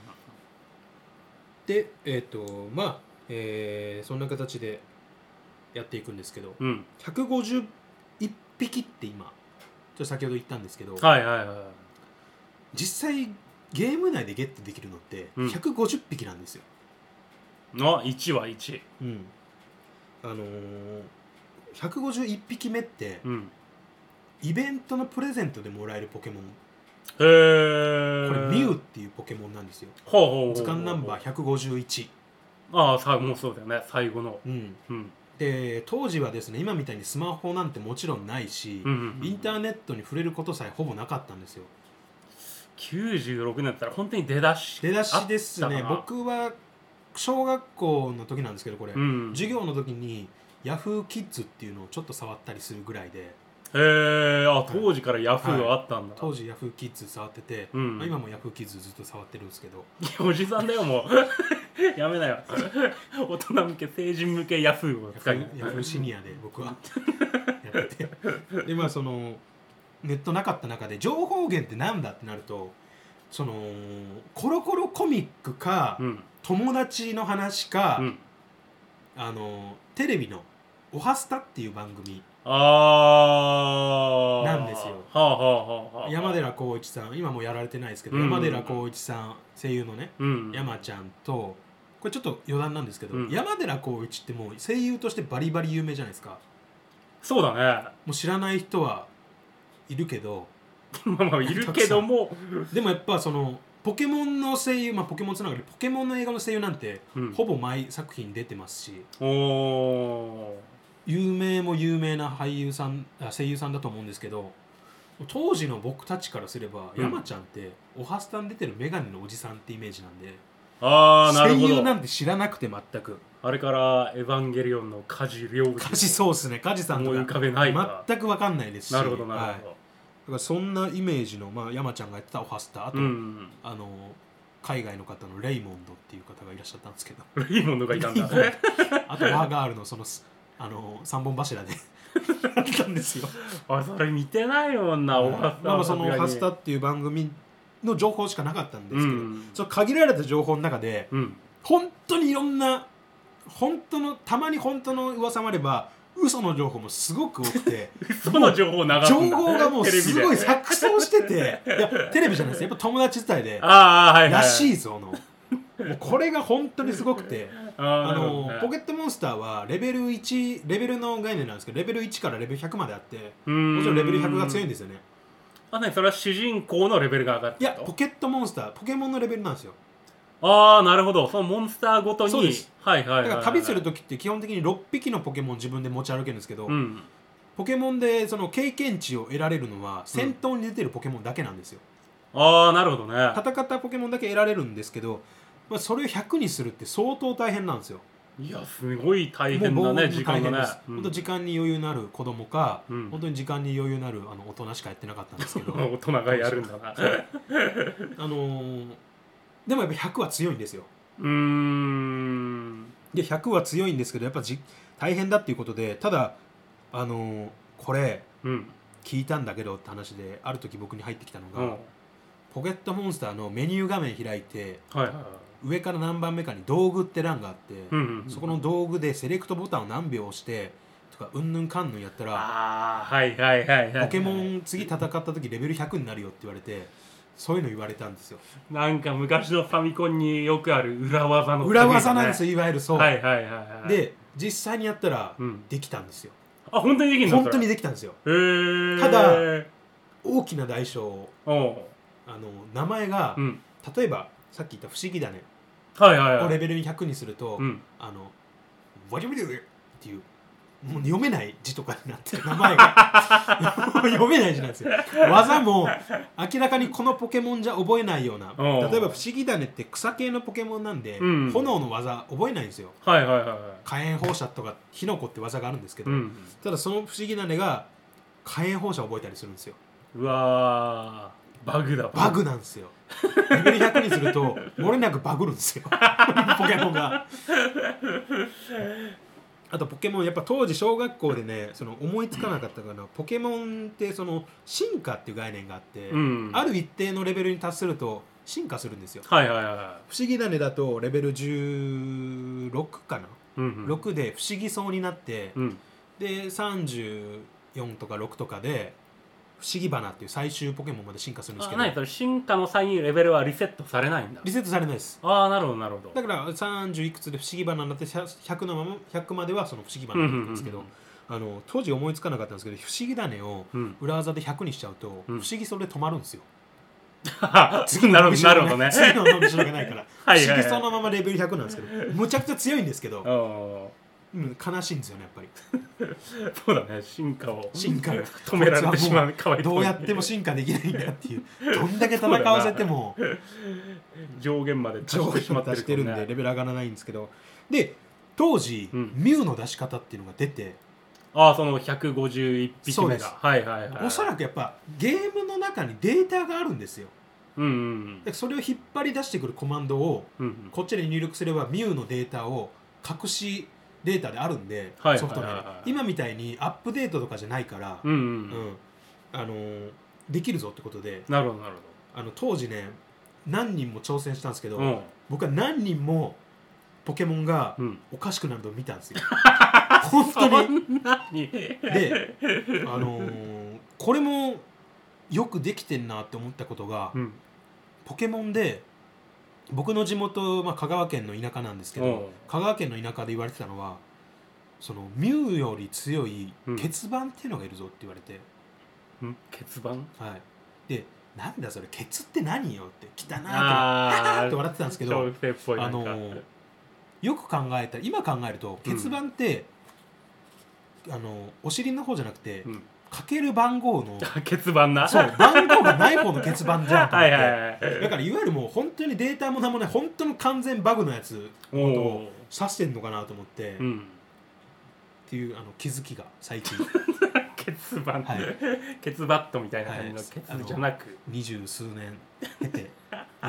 [SPEAKER 1] でえっ、とまあ、えーそんな形でやっていくんですけど
[SPEAKER 2] うん
[SPEAKER 1] 151匹って今ちょっと先ほど言ったんですけど、
[SPEAKER 2] はいはいはい
[SPEAKER 1] 実際ゲーム内でゲットできるのって
[SPEAKER 2] うん
[SPEAKER 1] 150匹なんですよ、
[SPEAKER 2] の一は一
[SPEAKER 1] うんあのー、151匹目って
[SPEAKER 2] うん
[SPEAKER 1] イベントのプレゼントでもらえるポケモン
[SPEAKER 2] へえ
[SPEAKER 1] これミュウっていうポケモンなんですよ
[SPEAKER 2] ほうほうほうほう
[SPEAKER 1] 図鑑ナンバー151、
[SPEAKER 2] ああさもうそうだよね最後の
[SPEAKER 1] うん、
[SPEAKER 2] うん
[SPEAKER 1] で当時はですね今みたいにスマホなんてもちろんないし、
[SPEAKER 2] うんうんうん
[SPEAKER 1] インターネットに触れることさえほぼなかったんですよ
[SPEAKER 2] 96年だったら本当に出だし
[SPEAKER 1] 出だしです
[SPEAKER 2] あっ
[SPEAKER 1] ね
[SPEAKER 2] たかな
[SPEAKER 1] 僕は小学校の時なんですけどこれ、
[SPEAKER 2] うん
[SPEAKER 1] 授業の時にヤフーキッズっていうのをちょっと触ったりするぐらいで
[SPEAKER 2] へえあ当時からヤフーがあったんだ
[SPEAKER 1] 当時ヤフーキッズ触ってて、
[SPEAKER 2] うん
[SPEAKER 1] まあ、今もヤフーキッズずっと触ってるんですけど
[SPEAKER 2] いやおじさんだよもう やめなよ 大人向け成人向けヤフーを
[SPEAKER 1] ヤフ
[SPEAKER 2] 使いな
[SPEAKER 1] ーヤフーシニアで僕 はやっててでまあそのネットなかった中で情報源ってなんだってなるとそのコロコロコミックか、
[SPEAKER 2] うん
[SPEAKER 1] 友達の話か、
[SPEAKER 2] うん
[SPEAKER 1] あのテレビの「おはスタ」っていう番組
[SPEAKER 2] ああ
[SPEAKER 1] なんですよ
[SPEAKER 2] はあはあはあはあ
[SPEAKER 1] 山寺宏一さん今もうやられてないですけど、
[SPEAKER 2] うん
[SPEAKER 1] 山寺宏一さん声優のね、
[SPEAKER 2] うん
[SPEAKER 1] 山ちゃんとこれちょっと余談なんですけど、
[SPEAKER 2] うん
[SPEAKER 1] 山寺宏一ってもう声優としてバリバリ有名じゃないですか
[SPEAKER 2] そうだね
[SPEAKER 1] もう知らない人はいるけど
[SPEAKER 2] まあまあいるけども
[SPEAKER 1] でもやっぱそのポケモンの声優、まあ、ポケモンつながりポケモンの映画の声優なんて、
[SPEAKER 2] うん
[SPEAKER 1] ほぼ毎作品出てますし
[SPEAKER 2] おお
[SPEAKER 1] 有名も有名な俳優さんあ声優さんだと思うんですけど当時の僕たちからすれば、
[SPEAKER 2] うん
[SPEAKER 1] 山ちゃんっておはスタに出てるメガネのおじさんってイメージなんで
[SPEAKER 2] ーああなるほ
[SPEAKER 1] 声優な
[SPEAKER 2] ど
[SPEAKER 1] んて知らなくて全 く
[SPEAKER 2] あれから「エヴァンゲリオン」の梶良一
[SPEAKER 1] カジそうですねカジさんと
[SPEAKER 2] 思い浮
[SPEAKER 1] か
[SPEAKER 2] かべないか
[SPEAKER 1] 全く分かんないですし
[SPEAKER 2] なるほどな
[SPEAKER 1] はい
[SPEAKER 2] るほ
[SPEAKER 1] だ
[SPEAKER 2] ど
[SPEAKER 1] からそんなイメージの、まあ、山ちゃんがやってたおはスタあと、
[SPEAKER 2] うん
[SPEAKER 1] あの海外の方のレイモンドっていう方がいらっしゃったんですけど
[SPEAKER 2] レイモンドがいたんだ
[SPEAKER 1] レイモンあとバーガールのそのすあの三本柱で やってたんですよ。
[SPEAKER 2] あそれ見てないもんなオハスタ
[SPEAKER 1] まあまあその「
[SPEAKER 2] さすがに
[SPEAKER 1] ハスタ」っていう番組の情報しかなかったんです
[SPEAKER 2] う
[SPEAKER 1] けど、
[SPEAKER 2] ん
[SPEAKER 1] その限られた情報の中で
[SPEAKER 2] うん
[SPEAKER 1] 本当にいろんな本当のたまに本当の噂もあれば嘘の情報もすごく多く て
[SPEAKER 2] その情報を流す
[SPEAKER 1] 情
[SPEAKER 2] んだ
[SPEAKER 1] 報がもう
[SPEAKER 2] テレビです
[SPEAKER 1] ごい錯綜してていやテレビじゃないですやっぱ友達伝いで
[SPEAKER 2] ああ はいはい
[SPEAKER 1] らし
[SPEAKER 2] い
[SPEAKER 1] いぞの。もうこれが本当にすごく てあ
[SPEAKER 2] あ
[SPEAKER 1] のポケ
[SPEAKER 2] ッ
[SPEAKER 1] ットモンスターはレベル1レベルの概念なんですけどレベル1からレベル100まであって
[SPEAKER 2] ト
[SPEAKER 1] も
[SPEAKER 2] も
[SPEAKER 1] ちろんレベル100が強いん
[SPEAKER 2] で
[SPEAKER 1] ですよね
[SPEAKER 2] あ何それは主人公のレベルが上がるっ
[SPEAKER 1] い
[SPEAKER 2] て
[SPEAKER 1] や
[SPEAKER 2] こと
[SPEAKER 1] ポケットモンスターポケモンのレベルなんですよ
[SPEAKER 2] ああなるほどそのモンスターごとに
[SPEAKER 1] そうです
[SPEAKER 2] はいはいは
[SPEAKER 1] だ
[SPEAKER 2] い、
[SPEAKER 1] か
[SPEAKER 2] は
[SPEAKER 1] ら
[SPEAKER 2] い、
[SPEAKER 1] 旅する時って基本的に6匹のポケモン自分で持ち歩けるんですけど、
[SPEAKER 2] うん
[SPEAKER 1] ポケモンでその経験値を得られるのは戦闘に出てるポケモンだけなんですよ、
[SPEAKER 2] ああなるほどね
[SPEAKER 1] 戦ったポケモンだけ得られるんですけど、まあ、それを100にするって相当大変なんですよ
[SPEAKER 2] いやすごい大変
[SPEAKER 1] も
[SPEAKER 2] だ
[SPEAKER 1] う僕
[SPEAKER 2] ね
[SPEAKER 1] も
[SPEAKER 2] 時間がね
[SPEAKER 1] 大変です
[SPEAKER 2] う
[SPEAKER 1] 本
[SPEAKER 2] ん
[SPEAKER 1] 当時間に余裕のある子供か、
[SPEAKER 2] うん
[SPEAKER 1] 本当に時間に余裕のあるあの大人しかやってなかったんですけ ど
[SPEAKER 2] 大人がやるんだな
[SPEAKER 1] そうあのーでもやっぱ100は強いんですよ
[SPEAKER 2] うーん
[SPEAKER 1] で100は強いんですけどやっぱじ大変だっていうことでただあのーこれ
[SPEAKER 2] うん
[SPEAKER 1] 聞いたんだけどって話である時僕に入ってきたの
[SPEAKER 2] う
[SPEAKER 1] が、
[SPEAKER 2] んはい
[SPEAKER 1] ポケットモンスターのメニュー画面開いて
[SPEAKER 2] はいはい
[SPEAKER 1] 上から何番目かに道具って欄があって、
[SPEAKER 2] うんうんうん
[SPEAKER 1] そこの道具でセレクトボタンを何秒押してとかうんぬんかんぬんやったら
[SPEAKER 2] ああはいはいはいはい
[SPEAKER 1] ポケモン次戦った時レベル100になるよって言われてそういうの言われたんですよ
[SPEAKER 2] なんか昔のファミコンによくある裏技の
[SPEAKER 1] 裏技なんです
[SPEAKER 2] よ
[SPEAKER 1] よいわゆるそう、
[SPEAKER 2] はいはいはいはい
[SPEAKER 1] で実際にやったら
[SPEAKER 2] うん
[SPEAKER 1] できたんですよ、
[SPEAKER 2] あ本当にできるんだ
[SPEAKER 1] 本当に
[SPEAKER 2] へ
[SPEAKER 1] できたんですよ
[SPEAKER 2] え
[SPEAKER 1] ただ大きな代償
[SPEAKER 2] おう
[SPEAKER 1] あの名前が、
[SPEAKER 2] うん
[SPEAKER 1] 例えばさっき言った「不思議だね
[SPEAKER 2] はいは」い
[SPEAKER 1] を
[SPEAKER 2] は
[SPEAKER 1] レ
[SPEAKER 2] い
[SPEAKER 1] ベル100にすると、
[SPEAKER 2] うん
[SPEAKER 1] あの「ワリブリュー」っていうもう読めない字とかになってる名前が もう読めない字なんですよ技も明らかにこのポケモンじゃ覚えないような
[SPEAKER 2] おう
[SPEAKER 1] 例えば「不思議だね」って草系のポケモンなんで、
[SPEAKER 2] うん
[SPEAKER 1] 炎の技覚えないんですよ
[SPEAKER 2] はいはいはいは
[SPEAKER 1] 火炎放射とか火の粉って技があるんですけ
[SPEAKER 2] い
[SPEAKER 1] ど、
[SPEAKER 2] うん
[SPEAKER 1] ただその「不思議だね」が火炎放射覚えたりするんですよ
[SPEAKER 2] うわーバグだ
[SPEAKER 1] バグなんですよレベル100にすると漏れなくバグるんですよ ポケモンがあとポケモンやっぱ当時小学校でねその思いつかなかったからポケモンってその進化っていう概念があって、
[SPEAKER 2] うん
[SPEAKER 1] ある一定のレベルに達すると進化するんですよ
[SPEAKER 2] はいはいはいは
[SPEAKER 1] 不思議種だとレベル16かな、
[SPEAKER 2] いうんうん
[SPEAKER 1] 6で不思議そうになって、
[SPEAKER 2] うん
[SPEAKER 1] で34とか6とかで不思議花っていう最終ポケモンまで進化するんです
[SPEAKER 2] あ
[SPEAKER 1] けど
[SPEAKER 2] 何それ進化の際にレベルはリセットされないんだ
[SPEAKER 1] リセットされないです
[SPEAKER 2] ああなるほどなるほど
[SPEAKER 1] だから30いくつで不思議花になって100のまま100まではその不思議花なんですけど、
[SPEAKER 2] うん
[SPEAKER 1] あの当時思いつかなかったんですけど不思議種を
[SPEAKER 2] うん
[SPEAKER 1] 裏技で100にしちゃうと、
[SPEAKER 2] うん
[SPEAKER 1] 不思議それで止まるんですよ
[SPEAKER 2] なるほどなるほどね
[SPEAKER 1] 次 の伸びしろがないから
[SPEAKER 2] はいはいはい
[SPEAKER 1] 不思議そのままレベル100なんですけどむちゃくちゃ強いんですけど、
[SPEAKER 2] うん
[SPEAKER 1] うん悲しいんですよねやっぱり
[SPEAKER 2] そうだね進化を
[SPEAKER 1] 進化を
[SPEAKER 2] 止められてしまうかわい
[SPEAKER 1] どうやっても進化できないんだっていうどんだけ戦わせても
[SPEAKER 2] 上限まで達
[SPEAKER 1] 上
[SPEAKER 2] してし
[SPEAKER 1] 下
[SPEAKER 2] まって
[SPEAKER 1] 達
[SPEAKER 2] る
[SPEAKER 1] してるんでレ
[SPEAKER 2] ね
[SPEAKER 1] ベル上がらないんですけどで当時、
[SPEAKER 2] うん
[SPEAKER 1] ミュウの出し方っていうのが出て
[SPEAKER 2] ああその151匹
[SPEAKER 1] そう
[SPEAKER 2] 目
[SPEAKER 1] で
[SPEAKER 2] が
[SPEAKER 1] す
[SPEAKER 2] はいはいはい
[SPEAKER 1] おそらくやっぱゲームの中にデータがあるんですよ
[SPEAKER 2] うんうん
[SPEAKER 1] でそれを引っ張り出してくるコマンドを
[SPEAKER 2] うんうん
[SPEAKER 1] こっちで入力すればミュウのデータを隠しデータであるんで、
[SPEAKER 2] はい
[SPEAKER 1] ソフト内で、
[SPEAKER 2] はいはいはい
[SPEAKER 1] 今みたいにアップデートとかじゃないから、
[SPEAKER 2] うん
[SPEAKER 1] うん
[SPEAKER 2] うん
[SPEAKER 1] あのーできるぞってことで
[SPEAKER 2] なるほどなる
[SPEAKER 1] あの当時ね何人も挑戦したんですけど、
[SPEAKER 2] ほど
[SPEAKER 1] 僕は何人もポケモンが
[SPEAKER 2] うんうん
[SPEAKER 1] おかしくなるのを見たん ですよ本当に
[SPEAKER 2] そんなに
[SPEAKER 1] で、あのーこれもよくできてんなって思ったことが、
[SPEAKER 2] うん
[SPEAKER 1] ポケモンで僕の地元、まあ、香川県の田舎なんですけ
[SPEAKER 2] おう
[SPEAKER 1] ど香川県の田舎で言われてたのはそのミュウより強い
[SPEAKER 2] うん
[SPEAKER 1] 欠番っていうのがいるぞって言われて、
[SPEAKER 2] うん欠番
[SPEAKER 1] はい、でなんだそれケツって何よって汚いとか
[SPEAKER 2] あ
[SPEAKER 1] っ
[SPEAKER 2] あ
[SPEAKER 1] て笑ってたんですけ
[SPEAKER 2] 小
[SPEAKER 1] ど
[SPEAKER 2] 学生っぽいな
[SPEAKER 1] あ
[SPEAKER 2] んか
[SPEAKER 1] のーよく考えたら今考えると
[SPEAKER 2] うん
[SPEAKER 1] 欠番って、あのーお尻の方じゃなくて、
[SPEAKER 2] うん
[SPEAKER 1] かける番号の
[SPEAKER 2] あ欠番な
[SPEAKER 1] そう番号がない方の欠番じゃんと思 っ
[SPEAKER 2] はい
[SPEAKER 1] て、
[SPEAKER 2] はいはい
[SPEAKER 1] だからいわゆるもう本当にデータも何もない本当の完全バグのやつ
[SPEAKER 2] お
[SPEAKER 1] を
[SPEAKER 2] お
[SPEAKER 1] 指してんのかなと思って、
[SPEAKER 2] う
[SPEAKER 1] っ
[SPEAKER 2] ん
[SPEAKER 1] ていうあの気づきが最近
[SPEAKER 2] ケツバン、
[SPEAKER 1] はい
[SPEAKER 2] ケツバットみたいな感じの
[SPEAKER 1] はい
[SPEAKER 2] ケツじゃなく、
[SPEAKER 1] 二十数年経てよ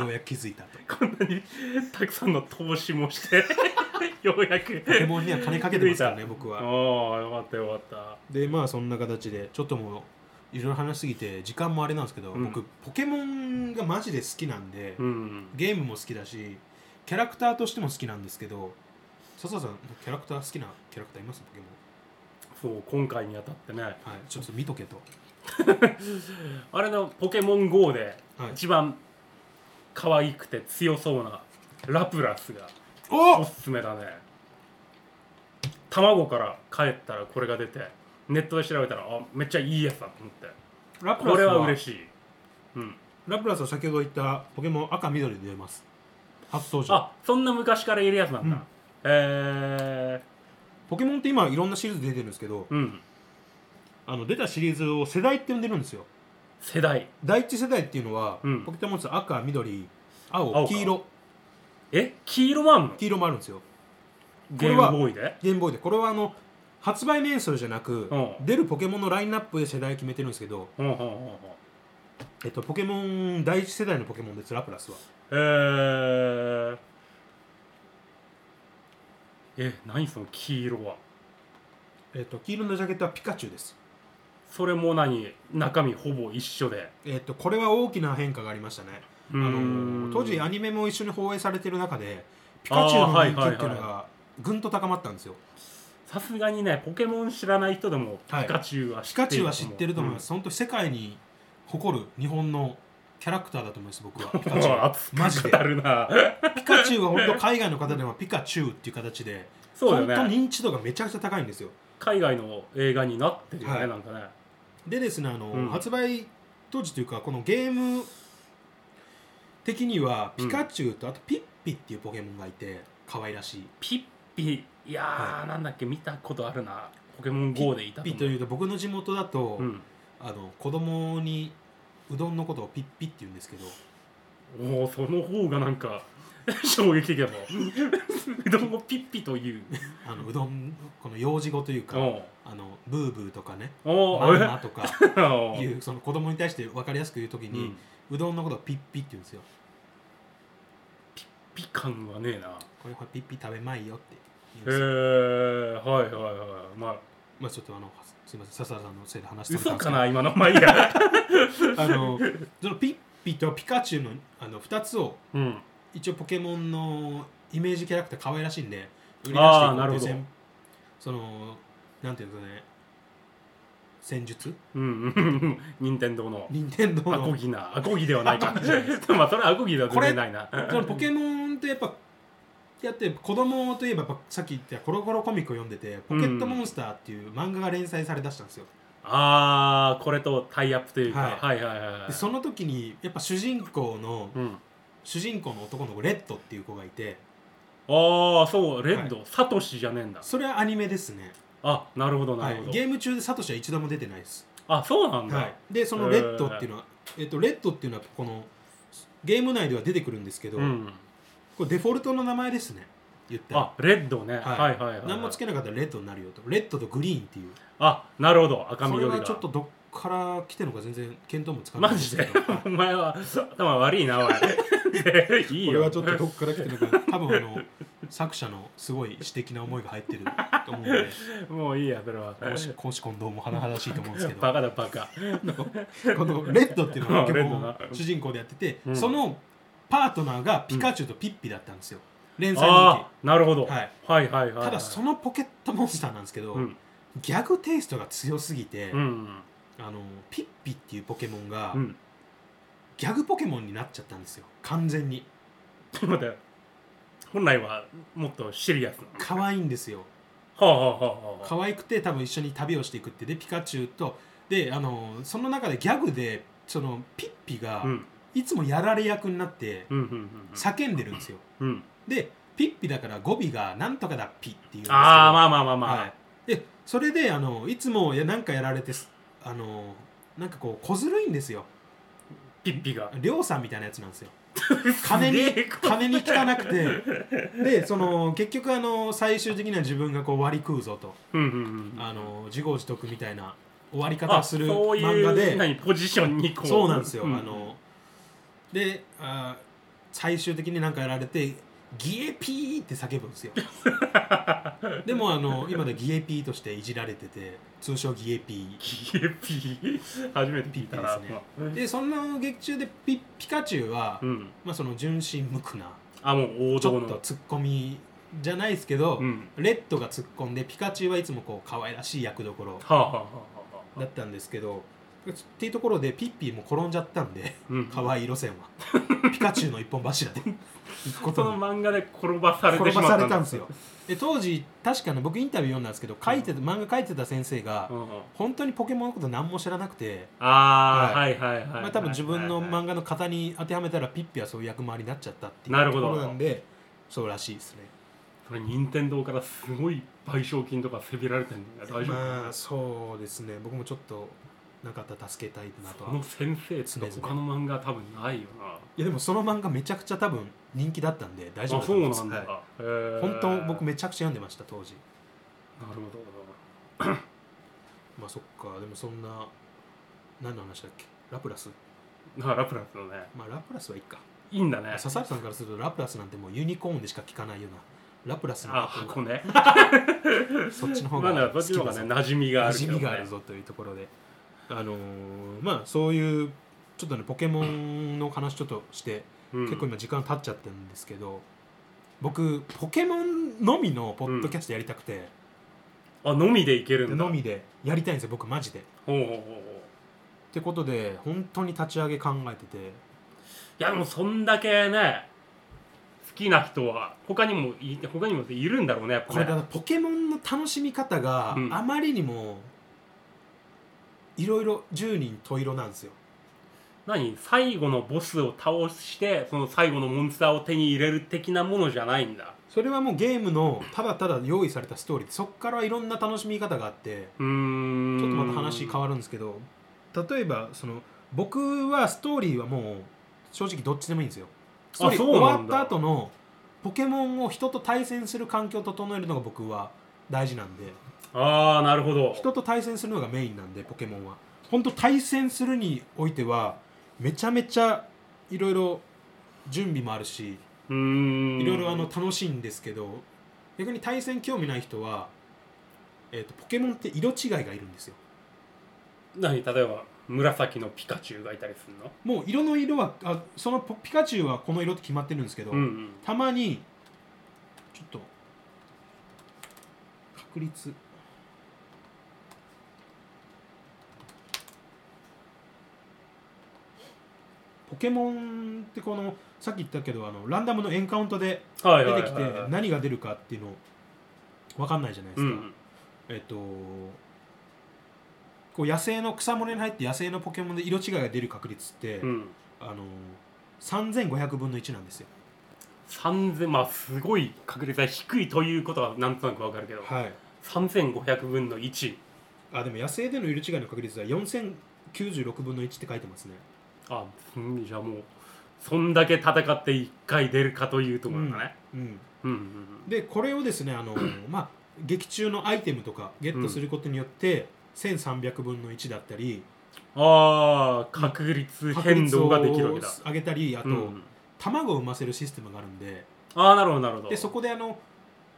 [SPEAKER 1] うやく気づいたと
[SPEAKER 2] こんなにたくさんの投資もして ようやく
[SPEAKER 1] ポケモンには金かけてます からね僕は
[SPEAKER 2] おおよかったよかっ
[SPEAKER 1] でまあそんな形でちょっともういろいろ話しすぎて時間もあれなんですけど、
[SPEAKER 2] うん
[SPEAKER 1] 僕ポケモンがマジで好きなんで、
[SPEAKER 2] たうん
[SPEAKER 1] ゲームも好きだしキャラクターとしても好きなんですけど笹田さんキャラクター好きなキャラクターいますポケモン
[SPEAKER 2] そう今回にあたってね
[SPEAKER 1] はいちょっと見とけと
[SPEAKER 2] あれの「ポケモン GO」で
[SPEAKER 1] はい
[SPEAKER 2] 一番可愛くて強そうなラプラスがお
[SPEAKER 1] お
[SPEAKER 2] すすめだね卵から帰ったらこれが出てネットで調べたらあめっちゃいいやつだと思って
[SPEAKER 1] ラプラス
[SPEAKER 2] これは嬉しい、うん、
[SPEAKER 1] ラプラスは先ほど言ったポケモン赤緑で出ます初登場
[SPEAKER 2] あそんな昔からいるやつなんだ、
[SPEAKER 1] うん
[SPEAKER 2] え
[SPEAKER 1] ポケモンって今いろんなシリーズ出てるんですけど
[SPEAKER 2] ー、うん
[SPEAKER 1] あの出たシリーズを世代って呼んでるんですよ
[SPEAKER 2] 世代
[SPEAKER 1] 第一世代っていうのは、
[SPEAKER 2] うん
[SPEAKER 1] ポケモンって赤緑青
[SPEAKER 2] 青か
[SPEAKER 1] 黄色
[SPEAKER 2] え黄色もあんの
[SPEAKER 1] 黄色もあるんですよ
[SPEAKER 2] ゲームボーイで
[SPEAKER 1] ゲームボーイでこれはあの発売年数じゃなく、
[SPEAKER 2] うん
[SPEAKER 1] 出るポケモンのラインナップで世代決めてるんですけど、
[SPEAKER 2] ほんほんほんほん
[SPEAKER 1] えっと、ポケモン第一世代のポケモンですラプラスは
[SPEAKER 2] えー、え何その黄色は
[SPEAKER 1] えっと、黄色のジャケットはピカチュウです、
[SPEAKER 2] それも何中身ほぼ一緒で
[SPEAKER 1] えっと、これは大きな変化がありましたね
[SPEAKER 2] あ
[SPEAKER 1] あの当時アニメも一緒に放映されてる中でピカチュウの人気っていうの
[SPEAKER 2] あーはいはい
[SPEAKER 1] がぐんと高まったんですよ
[SPEAKER 2] さすがにねポケモン知らない人でもピ
[SPEAKER 1] はい
[SPEAKER 2] カチュウは
[SPEAKER 1] ピ
[SPEAKER 2] 知
[SPEAKER 1] カ
[SPEAKER 2] っ
[SPEAKER 1] チ
[SPEAKER 2] てる
[SPEAKER 1] ュウは知ってると思います、本当に世界に誇る日本のキャラクターだと思います僕は ピカチュウ
[SPEAKER 2] もう
[SPEAKER 1] は
[SPEAKER 2] 熱
[SPEAKER 1] マジ
[SPEAKER 2] く
[SPEAKER 1] で
[SPEAKER 2] 語るな
[SPEAKER 1] ピカチュウは本当海外の方ではピカチュウっていう形で
[SPEAKER 2] そうだ
[SPEAKER 1] 本
[SPEAKER 2] よ
[SPEAKER 1] 当
[SPEAKER 2] ね
[SPEAKER 1] 認知度がめちゃくちゃ高いんですよ
[SPEAKER 2] 海外の映画になってるよね、
[SPEAKER 1] はい
[SPEAKER 2] なんかね
[SPEAKER 1] でですねあの、
[SPEAKER 2] うん
[SPEAKER 1] 発売当時というかこのゲーム的にはピカチュウとあとピッピっていうポケモンがいて可愛らしい
[SPEAKER 2] ピッピいやー、
[SPEAKER 1] は
[SPEAKER 2] なんだっけ見たことあるなポケモン GO でいた
[SPEAKER 1] ピッピというと僕の地元だと、
[SPEAKER 2] うん、
[SPEAKER 1] あの子供にうどんのことをピッピって言うんですけど
[SPEAKER 2] おおその方がなんか 衝撃的だもん うどんをピッピという
[SPEAKER 1] あのうどんこの幼児語というか、
[SPEAKER 2] お
[SPEAKER 1] あのブーブーとかね
[SPEAKER 2] お
[SPEAKER 1] マン
[SPEAKER 2] ー
[SPEAKER 1] マとか
[SPEAKER 2] え お
[SPEAKER 1] い
[SPEAKER 2] ー
[SPEAKER 1] うその子供に対して分かりやすく言うとき
[SPEAKER 2] う
[SPEAKER 1] に
[SPEAKER 2] ん、
[SPEAKER 1] うどんのことをピッピって言うんですよ
[SPEAKER 2] ピ感はねえな
[SPEAKER 1] これこれピッピ食べまいよって言うんですよ
[SPEAKER 2] へえはいはいはいまあ
[SPEAKER 1] まあちょっとあのすいません笹田さんのせいで話して
[SPEAKER 2] 嘘か
[SPEAKER 1] んで
[SPEAKER 2] な今のまあいい や
[SPEAKER 1] すけどあのそのピッピとピカチュウのあの2つを
[SPEAKER 2] うん
[SPEAKER 1] 一応ポケモンのイメージキャラクター可愛らしいんで売り出してい
[SPEAKER 2] あー
[SPEAKER 1] こうっていう
[SPEAKER 2] なる
[SPEAKER 1] 戦そのなんていうんですかね戦術
[SPEAKER 2] うんうんうん 任天堂の
[SPEAKER 1] 任天堂
[SPEAKER 2] アコ
[SPEAKER 1] の
[SPEAKER 2] ギなアコギではないか まあそれはアコギでは全然ないな
[SPEAKER 1] そのポケモンってやっぱやって子供といえばやっぱさっき言ったコロコロコミックを読んでて「ポケットモンスター」っていう漫画が連載されだしたんですよ、
[SPEAKER 2] ああこれとタイアップというか、
[SPEAKER 1] はい
[SPEAKER 2] はい、はいはいはい
[SPEAKER 1] でその時にやっぱ主人公の、
[SPEAKER 2] うん
[SPEAKER 1] 主人公の男の子レッドっていう子がいて
[SPEAKER 2] ああそうレッド、サトシじゃねえんだ
[SPEAKER 1] それはアニメですね、
[SPEAKER 2] あなるほどな
[SPEAKER 1] は
[SPEAKER 2] るほ
[SPEAKER 1] い
[SPEAKER 2] ど、、
[SPEAKER 1] ゲーム中でサトシは一度も出てないです、
[SPEAKER 2] あそうなんだ、
[SPEAKER 1] はい、でそのレッドっていうのは、えっと、レッドっていうのはこのゲーム内では出てくるんですけど、
[SPEAKER 2] うん、
[SPEAKER 1] これデフォルトの名前ですね言ったら
[SPEAKER 2] あレッドね、
[SPEAKER 1] は
[SPEAKER 2] はいい、はいはいはい
[SPEAKER 1] 何もつけなかったらレッドになるよとレッドとグリーンっていう
[SPEAKER 2] あなるほど赤
[SPEAKER 1] それ
[SPEAKER 2] 緑
[SPEAKER 1] は
[SPEAKER 2] が
[SPEAKER 1] ちょっとどっから来てるのか全然見当もつかない
[SPEAKER 2] マ ジで
[SPEAKER 1] けどはい
[SPEAKER 2] お前は頭悪い なおいいい
[SPEAKER 1] こ
[SPEAKER 2] よ
[SPEAKER 1] れはちょっとどっから来てるの か多分あの作者のすごい私的な思いが入ってると思うん で
[SPEAKER 2] もういいやそれは
[SPEAKER 1] 公私公私混同も甚だしいと思うんですけど
[SPEAKER 2] バカだバカ
[SPEAKER 1] このレッドっていうのがポケモ
[SPEAKER 2] うんレ
[SPEAKER 1] ン
[SPEAKER 2] ッドな
[SPEAKER 1] 主人公でやってて、
[SPEAKER 2] うん
[SPEAKER 1] そのパートナーがピカチュウとピッピだったんですよ、連載の
[SPEAKER 2] ああなるほど、
[SPEAKER 1] 時、はい、
[SPEAKER 2] はいはいはいはい
[SPEAKER 1] ただそのポケットモンスターなんですけど、
[SPEAKER 2] うん
[SPEAKER 1] ギャグテイストが強すぎて、
[SPEAKER 2] うん
[SPEAKER 1] あのピッピっていうポケモンが、
[SPEAKER 2] うん
[SPEAKER 1] ギャグポケモンになっちゃったんですよ完全に
[SPEAKER 2] ちょっと待って本来はもっとシリアスな
[SPEAKER 1] 可愛いんですよ
[SPEAKER 2] はあはあはあはあ
[SPEAKER 1] 可愛くて多分一緒に旅をしていくってでピカチュウとであのその中でギャグでそのピッピが
[SPEAKER 2] うん
[SPEAKER 1] いつもやられ役になって
[SPEAKER 2] うんうんうん
[SPEAKER 1] 叫んでるんですよ、
[SPEAKER 2] うんうん
[SPEAKER 1] でピッピだから語尾が「なんとかだっぴ」っていうんですけど
[SPEAKER 2] ああまあまあまあまあ、
[SPEAKER 1] はい、でそれであのいつもいやなんかやられてすあのなんかこう小ずるいんですよ
[SPEAKER 2] ピッピが
[SPEAKER 1] りょうさんみたいなやつなん ですよ金に
[SPEAKER 2] すげえこと
[SPEAKER 1] 金に汚くてでその結局あの最終的には自分がこう割り食うぞと
[SPEAKER 2] うんうんうん
[SPEAKER 1] あの自業自得みたいな終わり方を
[SPEAKER 2] あ
[SPEAKER 1] する
[SPEAKER 2] そういう
[SPEAKER 1] 漫画で
[SPEAKER 2] 何ポジションにこう
[SPEAKER 1] そうなんですよ、
[SPEAKER 2] ん
[SPEAKER 1] あのであー最終的になんかやられてギエピーって叫ぶん ですよでもあの今でギエピーとしていじられてて通称ギエピ
[SPEAKER 2] キエピ初めて聞いたな
[SPEAKER 1] ピッピですねーでその劇中でピピカチュウは、
[SPEAKER 2] うん
[SPEAKER 1] まあ、その純真無垢な
[SPEAKER 2] あもう王
[SPEAKER 1] ち
[SPEAKER 2] 道
[SPEAKER 1] ょ
[SPEAKER 2] の
[SPEAKER 1] っとツッコミじゃないですけど、
[SPEAKER 2] うん
[SPEAKER 1] レッドが突っ込んでピカチュウはいつもこう可愛らしい役どころ
[SPEAKER 2] はあはあはあ
[SPEAKER 1] だ
[SPEAKER 2] はあ
[SPEAKER 1] ったんですけどっていうところでピッピーも転んじゃったんで
[SPEAKER 2] うん
[SPEAKER 1] 可愛い路 線はピカチュウの一本柱で行くこと
[SPEAKER 2] その
[SPEAKER 1] に
[SPEAKER 2] 漫画で転ばされて
[SPEAKER 1] 転
[SPEAKER 2] しま
[SPEAKER 1] ば
[SPEAKER 2] った
[SPEAKER 1] されたんですよで当時確かね僕インタビュー読んだんですけど書いてた漫画書いてた先生が
[SPEAKER 2] うんうん
[SPEAKER 1] 本当にポケモンのこと何も知らなくて、
[SPEAKER 2] ああ、
[SPEAKER 1] は
[SPEAKER 2] はい、はいはいはい
[SPEAKER 1] まあ、多分自分の漫
[SPEAKER 2] 画
[SPEAKER 1] 画の型に当てはめたらピッピはそういう役回りになっちゃったってい
[SPEAKER 2] な
[SPEAKER 1] う
[SPEAKER 2] る
[SPEAKER 1] とこ
[SPEAKER 2] ほど
[SPEAKER 1] ろなんでそうらしいですね
[SPEAKER 2] それ任天堂からすごい賠償金とかせびられてるんだ大丈夫、
[SPEAKER 1] まあそうですね僕もちょっとなかったら助けたいなと
[SPEAKER 2] こ
[SPEAKER 1] は
[SPEAKER 2] の先生って他の漫画多分ないよない
[SPEAKER 1] やでもその漫画めちゃくちゃ多分人気だったんで大丈夫
[SPEAKER 2] あ
[SPEAKER 1] だ
[SPEAKER 2] そ
[SPEAKER 1] と思
[SPEAKER 2] う
[SPEAKER 1] い
[SPEAKER 2] なん
[SPEAKER 1] ま
[SPEAKER 2] だ、
[SPEAKER 1] す
[SPEAKER 2] へ
[SPEAKER 1] はい
[SPEAKER 2] え
[SPEAKER 1] 本当僕めちゃくちゃ読んでました当時
[SPEAKER 2] なるほど
[SPEAKER 1] まあそっかでもそんな何の話だっけラプラス
[SPEAKER 2] なるほどあラプラスのね
[SPEAKER 1] まあラプラスはいいか
[SPEAKER 2] いいんだね
[SPEAKER 1] 笹原さんからするとラプラスなんてもうユニコーンでしか聞かないようなラプラスの
[SPEAKER 2] あ
[SPEAKER 1] 方
[SPEAKER 2] 箱
[SPEAKER 1] が
[SPEAKER 2] ね
[SPEAKER 1] そっちの方
[SPEAKER 2] まあ
[SPEAKER 1] が
[SPEAKER 2] なんか
[SPEAKER 1] 好
[SPEAKER 2] そっ
[SPEAKER 1] き
[SPEAKER 2] ちの方
[SPEAKER 1] だ
[SPEAKER 2] がね
[SPEAKER 1] ぞ
[SPEAKER 2] 馴染みが
[SPEAKER 1] 馴
[SPEAKER 2] あるけ
[SPEAKER 1] 染
[SPEAKER 2] ど、ね、
[SPEAKER 1] みがあるぞというところであのーまあそういうちょっとねポケモンの話ちょっとして
[SPEAKER 2] うん、
[SPEAKER 1] 結構今時間経っちゃってるんですけど僕ポケモンのみのポッドキャストやりたくて、
[SPEAKER 2] あのみでいけるんだ
[SPEAKER 1] のみでやりたいんですよ僕マジで。っ
[SPEAKER 2] ほうほうほうほう
[SPEAKER 1] てことで本当に立ち上げ考えてて
[SPEAKER 2] いやでもそんだけね好きな人は他にもい他にもいるんだろうねやっぱ
[SPEAKER 1] これ
[SPEAKER 2] ね
[SPEAKER 1] だからポケモンの楽しみ方が
[SPEAKER 2] うん
[SPEAKER 1] あまりにもいろいろ十人十色なんですよ。
[SPEAKER 2] 何最後のボスを倒してその最後のモンスターを手に入れる的なものじゃないんだ
[SPEAKER 1] それはもうゲームのただただ用意されたストーリーでそこからいろんな楽しみ方があって
[SPEAKER 2] うーん
[SPEAKER 1] ちょっとまた話変わるんですけど例えばその僕はストーリーはもう正直どっちでもいいんですよ。ストーリー
[SPEAKER 2] そう
[SPEAKER 1] 終
[SPEAKER 2] な
[SPEAKER 1] わ
[SPEAKER 2] ん
[SPEAKER 1] っ
[SPEAKER 2] だ
[SPEAKER 1] た後のポケモンを人と対戦する環境を整えるのが僕は大事なんで
[SPEAKER 2] ああなるほど
[SPEAKER 1] 人と対戦するのがメインなんでポケモンは本当対戦するにおいてはめちゃめちゃいろいろ準備もあるし
[SPEAKER 2] うーん
[SPEAKER 1] いろいろあの楽しいんですけど逆に対戦興味ない人は、えー、とポケモンって色違いがいるんですよ
[SPEAKER 2] 何例えば紫のピカチュウがいたりするの
[SPEAKER 1] もう色の色はあそのポピカチュウはこの色って決まってるんですけど、
[SPEAKER 2] うんうん
[SPEAKER 1] たまにちょっと確率ポケモンってこのさっき言ったけどあのランダムのエンカウントで
[SPEAKER 2] はい
[SPEAKER 1] 出
[SPEAKER 2] は
[SPEAKER 1] て
[SPEAKER 2] いは
[SPEAKER 1] き
[SPEAKER 2] い
[SPEAKER 1] て
[SPEAKER 2] はい
[SPEAKER 1] 何が出るかっていうの分かんないじゃないで
[SPEAKER 2] う
[SPEAKER 1] す
[SPEAKER 2] ん
[SPEAKER 1] か、えっとこう野生の草むらに入って野生のポケモンで色違いが出る確率って、
[SPEAKER 2] うんうん
[SPEAKER 1] あの3500分の1なんですよ
[SPEAKER 2] 3000まあすごい確率が低いということはなんとなくわかるけど、
[SPEAKER 1] はい
[SPEAKER 2] 3500分の1
[SPEAKER 1] あでも野生での色違いの確率は4096分の1って書いてますね
[SPEAKER 2] あうんじゃあもうそんだけ戦って1回出るかというところだね、
[SPEAKER 1] うん
[SPEAKER 2] うん、うん
[SPEAKER 1] でこれをですねあ の、まあ、劇中のアイテムとかゲットすることによって、1300分の1だったり
[SPEAKER 2] うんああ確率変動ができるわけだ
[SPEAKER 1] 確率を上げたりあと、
[SPEAKER 2] うん
[SPEAKER 1] 卵を産ませるシステムがあるんで
[SPEAKER 2] ああなるほどなるほど
[SPEAKER 1] でそこであの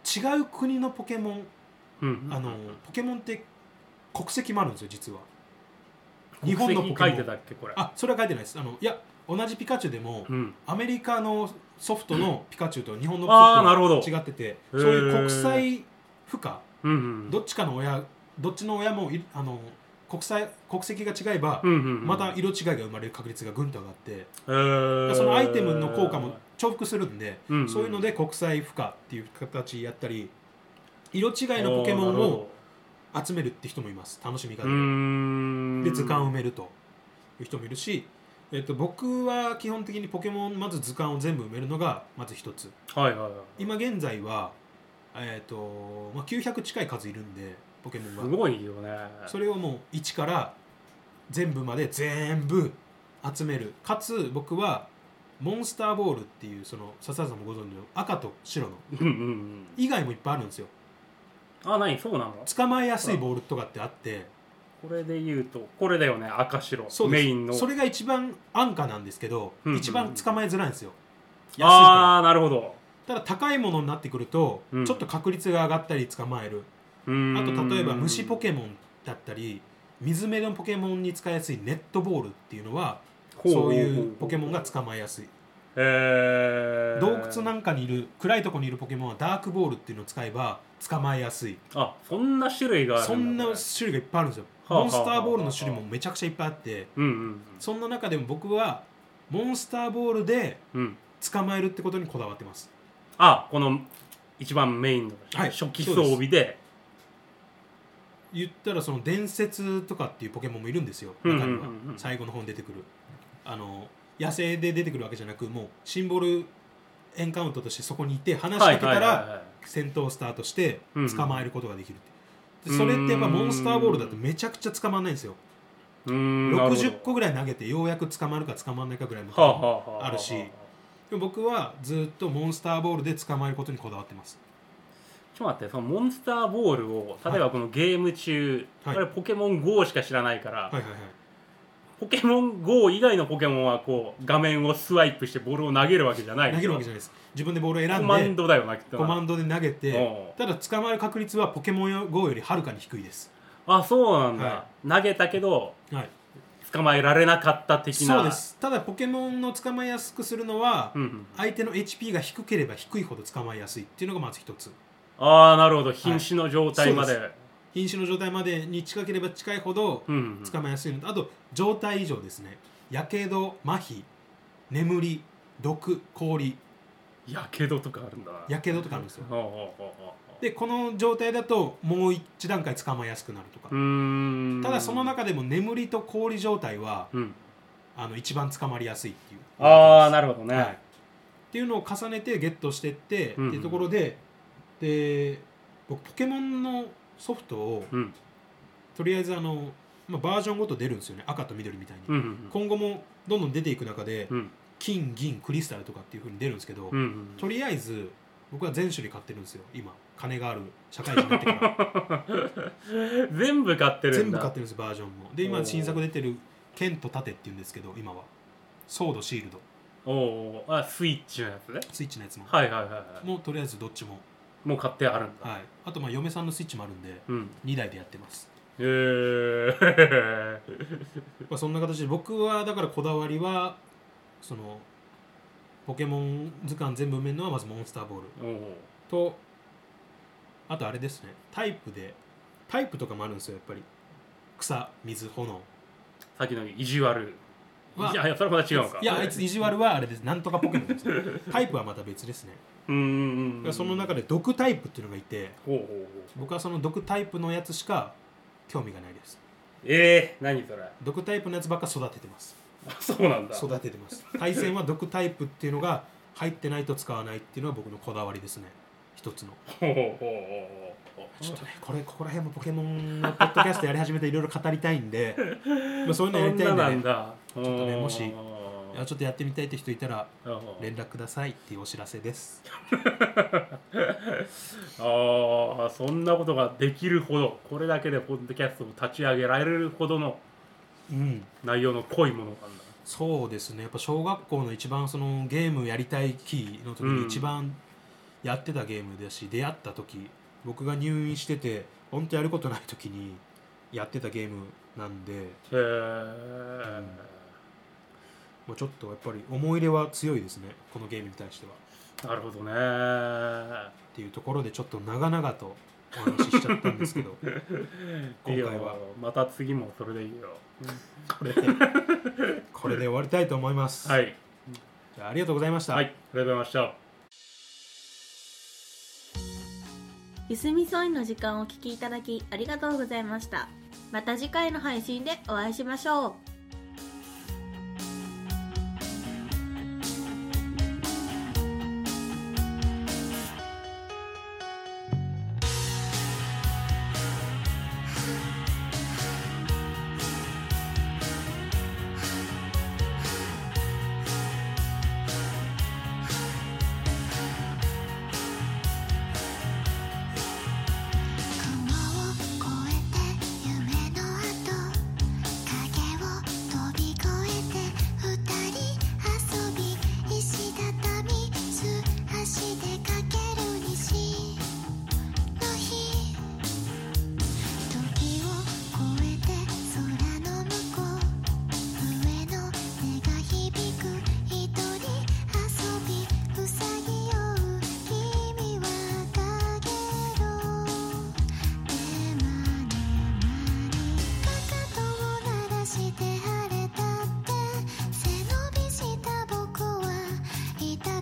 [SPEAKER 1] 違う国のポケモン
[SPEAKER 2] うん
[SPEAKER 1] あのポケモンって国籍もあるんですよ実は
[SPEAKER 2] 日
[SPEAKER 1] 日
[SPEAKER 2] 本
[SPEAKER 1] 本
[SPEAKER 2] の
[SPEAKER 1] の
[SPEAKER 2] ポ
[SPEAKER 1] ポ
[SPEAKER 2] ケ
[SPEAKER 1] ケ
[SPEAKER 2] モ
[SPEAKER 1] モ
[SPEAKER 2] ン
[SPEAKER 1] ン
[SPEAKER 2] だっけこれ
[SPEAKER 1] あそれは書いてないですあのいや同じピカチュウでも、
[SPEAKER 2] うん
[SPEAKER 1] アメリカのソフトのピカチュウと日本の
[SPEAKER 2] あーなるほど
[SPEAKER 1] ソフトが違っててそういう国際負荷
[SPEAKER 2] うんうん
[SPEAKER 1] どっちかの親どっちの親もいあの国際国籍が違えば
[SPEAKER 2] うんうんうん
[SPEAKER 1] また色違いが生まれる確率がぐんと上がって
[SPEAKER 2] えー
[SPEAKER 1] そのアイテムの効果も重複するんで
[SPEAKER 2] うんうん
[SPEAKER 1] そういうので国際負荷っていう形やったり色違いのポケモ
[SPEAKER 2] あーなる
[SPEAKER 1] ン
[SPEAKER 2] ほ
[SPEAKER 1] を
[SPEAKER 2] ど
[SPEAKER 1] 集めるって人もいます楽しみ方
[SPEAKER 2] うー
[SPEAKER 1] で。で
[SPEAKER 2] ん
[SPEAKER 1] 図鑑を埋めるという人もいるし、えっと、僕は基本的にポケモンまず図鑑を全部埋めるのがまず一つ
[SPEAKER 2] はいはいはい
[SPEAKER 1] 今現在は、えっとまあ、900近い数いるんでポケモ
[SPEAKER 2] す
[SPEAKER 1] ンが
[SPEAKER 2] ごいよね
[SPEAKER 1] それをもう1から全部まで全部集めるかつ僕はモンスターボールっていうその笹原さんもご存知の赤と白の
[SPEAKER 2] うんうんうん
[SPEAKER 1] 以外もいっぱいあるんですよ
[SPEAKER 2] あ何そうなの
[SPEAKER 1] 捕まえやすいボールとかってあって
[SPEAKER 2] これで言うとこれだよね赤白
[SPEAKER 1] そうで
[SPEAKER 2] メ
[SPEAKER 1] す
[SPEAKER 2] インの
[SPEAKER 1] それが一番安価なんですけど、
[SPEAKER 2] うんうんうん
[SPEAKER 1] 一番捕まえづらいんですよ安いか
[SPEAKER 2] ああなるほど
[SPEAKER 1] らただ高いものになってくると、
[SPEAKER 2] うん
[SPEAKER 1] ちょっと確率が上がったり捕まえる
[SPEAKER 2] うー
[SPEAKER 1] あ
[SPEAKER 2] ん
[SPEAKER 1] と例えば虫ポケモンだったり水辺のポケモンに使いやすいネットボールっていうのは
[SPEAKER 2] ほうほうほ
[SPEAKER 1] そうういうポケモンが捕まえやすい
[SPEAKER 2] えー、
[SPEAKER 1] 洞窟なんかにいる暗いとこにいるポケモンはダークボールっていうのを使えば捕まえやすい
[SPEAKER 2] あそんな種類がある
[SPEAKER 1] そんな
[SPEAKER 2] これ
[SPEAKER 1] 種類がいっぱいあるんですよ
[SPEAKER 2] はあ
[SPEAKER 1] モンスターボールの種類もめちゃくちゃいっぱいあって
[SPEAKER 2] うんうん
[SPEAKER 1] そんな中でも僕はモンスターボールで
[SPEAKER 2] うんうん
[SPEAKER 1] 捕まえるってことにこだわってます
[SPEAKER 2] あこの一番メインの、
[SPEAKER 1] はい
[SPEAKER 2] 初期装備で
[SPEAKER 1] 言ったらその伝説とかっていうポケモンもいるんですよ
[SPEAKER 2] うんうん
[SPEAKER 1] 中には
[SPEAKER 2] うんうん
[SPEAKER 1] 最後の方に出てくるあの野生で出てくるわけじゃなくもうシンボルエンカウントとしてそこにいて話しかけた
[SPEAKER 2] はいはい
[SPEAKER 1] ら
[SPEAKER 2] はいはい
[SPEAKER 1] 戦闘スタートして
[SPEAKER 2] うんうん
[SPEAKER 1] 捕まえることができるって
[SPEAKER 2] う
[SPEAKER 1] で
[SPEAKER 2] ん
[SPEAKER 1] それってやっぱモンスターボールだとめちゃくちゃ捕まんないんですよ
[SPEAKER 2] うーんなるほど
[SPEAKER 1] 60個ぐらい投げてようやく捕まるか捕まんないかぐらいの
[SPEAKER 2] はあはあはは
[SPEAKER 1] あるしでも僕はずっとモンスターボールで捕まえることにこだわってます
[SPEAKER 2] ちょっと待ってそのモンスターボールを例えばこのゲーム中、
[SPEAKER 1] はい
[SPEAKER 2] あれポケモン GO しか知らないから、
[SPEAKER 1] はいはいはい
[SPEAKER 2] ポケモン GO 以外のポケモンはこう画面をスワイプしてボールを投げるわけじゃない
[SPEAKER 1] 投げるわけ
[SPEAKER 2] じ
[SPEAKER 1] じゃないです自分でボールを選
[SPEAKER 2] ゃコマ
[SPEAKER 1] ん
[SPEAKER 2] ン
[SPEAKER 1] で
[SPEAKER 2] ドだよなきっとな
[SPEAKER 1] コマンドで投げ
[SPEAKER 2] お
[SPEAKER 1] て
[SPEAKER 2] う
[SPEAKER 1] ただ捕まえる確率はポケモン GO よりはるかに低いです
[SPEAKER 2] あそうなんだ、
[SPEAKER 1] は
[SPEAKER 2] 投げたけど
[SPEAKER 1] はい
[SPEAKER 2] 捕まえられなかった的な
[SPEAKER 1] そうですただポケモンの捕まえやすくするのは
[SPEAKER 2] うんうん、
[SPEAKER 1] 相手の HP が低ければ低いほど捕まえやすいっていうのがまず一つ
[SPEAKER 2] ああなるほど瀕死の状態まで,、
[SPEAKER 1] そう瀕死の状態までに近ければ近いほど
[SPEAKER 2] うんうん、
[SPEAKER 1] 捕まえやすいのとあと状態異常ですねやけど麻痺眠り毒氷
[SPEAKER 2] やけどとかあるんだな
[SPEAKER 1] やけどとかあるんですよ
[SPEAKER 2] ほうほうほうほう
[SPEAKER 1] でこの状態だともう一段階捕まえやすくなるとか
[SPEAKER 2] うーん
[SPEAKER 1] ただその中でも眠りと氷状態は
[SPEAKER 2] うん、
[SPEAKER 1] あの一番捕まりやすいっていう
[SPEAKER 2] ああなるほどね、
[SPEAKER 1] はい、っていうのを重ねてゲットしてって、
[SPEAKER 2] うん
[SPEAKER 1] っていうところでで僕ポケモンのソフトを
[SPEAKER 2] うん
[SPEAKER 1] とりあえずあの、まあ、バージョンごと出るんですよね赤と緑みたいに、
[SPEAKER 2] うんうん
[SPEAKER 1] 今後もどんどん出ていく中で、
[SPEAKER 2] うんうん
[SPEAKER 1] 金銀クリスタルとかっていうふうに出るんですけど、
[SPEAKER 2] うんうん
[SPEAKER 1] とりあえず僕は全種類買ってるんですよ今金がある社会人になってから
[SPEAKER 2] 全部買ってる
[SPEAKER 1] 全
[SPEAKER 2] ん
[SPEAKER 1] 部
[SPEAKER 2] だ
[SPEAKER 1] 買ってるんですバージョンもで
[SPEAKER 2] お
[SPEAKER 1] 今
[SPEAKER 2] ー
[SPEAKER 1] 新作出てる剣と盾っていうんですけど今はソードシールド
[SPEAKER 2] おおあスイッチのやつね
[SPEAKER 1] スイッチのやつも、
[SPEAKER 2] はいはいはいはい
[SPEAKER 1] もうとりあえずどっちも
[SPEAKER 2] もう買ってあるんだ、
[SPEAKER 1] はい、あとまあ嫁さんのスイッチもあるんで
[SPEAKER 2] うん
[SPEAKER 1] 2台でやってます、
[SPEAKER 2] えー、
[SPEAKER 1] まあ、そんな形で僕はだからこだわりはそのポケモン図鑑全部埋めるのはまずモンスターボール
[SPEAKER 2] おお
[SPEAKER 1] とあとあれですねタイプでタイプとかもあるんですよやっぱり草水炎
[SPEAKER 2] さっきの意地悪
[SPEAKER 1] はい
[SPEAKER 2] やいやそれはまた違うのか
[SPEAKER 1] いやあいつ意地悪はあれですなんとかポケモンです ねタイプはまた別ですね
[SPEAKER 2] うーんうん
[SPEAKER 1] その中で毒タイプっていうのがいて
[SPEAKER 2] ほうほうほう
[SPEAKER 1] 僕はその毒タイプのやつしか興味がないです
[SPEAKER 2] ええー、何それ
[SPEAKER 1] 毒タイプのやつばっか育ててます
[SPEAKER 2] あそうなんだ
[SPEAKER 1] 育ててます 対戦は毒タイプっていうのが入ってないと使わないっていうのは僕のこだわりですね一つの
[SPEAKER 2] ほうほうほうほうほう
[SPEAKER 1] ちょっとねこれここら辺もポケモンのポッドキャストやり始めていろいろ語りたいん で、まあ、そういうのやりたい
[SPEAKER 2] そんななん
[SPEAKER 1] んで、ね、
[SPEAKER 2] だちょっ
[SPEAKER 1] っとねもしいやちょっとやってみたいって人いたら
[SPEAKER 2] あ
[SPEAKER 1] 連絡くださいっていうお知らせです
[SPEAKER 2] あーそんなことができるほどこれだけでポッドキャストを立ち上げられるほどの
[SPEAKER 1] うん
[SPEAKER 2] 内容の濃いものなんだ
[SPEAKER 1] そうですねやっぱ小学校の一番そのゲームやりたい期の時に一番やってたゲームだし、出会った時僕が入院してて本当やることない時にやってたゲームなんで
[SPEAKER 2] へえ、
[SPEAKER 1] まあ、ちょっとやっぱり思い入れは強いですねこのゲームに対してはっ
[SPEAKER 2] なるほどね
[SPEAKER 1] ていうところでちょっと長々とお話ししちゃったんですけ ど今
[SPEAKER 2] いい
[SPEAKER 1] 回
[SPEAKER 2] よ
[SPEAKER 1] は
[SPEAKER 2] また次もそれでいいよ
[SPEAKER 1] これでこれで終わりたいと思います、
[SPEAKER 2] はいはい
[SPEAKER 1] じゃあありがとうございました、
[SPEAKER 2] ありがとうございました
[SPEAKER 3] ゆすみそいの時間をお聞きいただきありがとうございましたまた次回の配信でお会いしましょう
[SPEAKER 4] 「雲を越えて夢の跡影を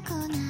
[SPEAKER 4] こない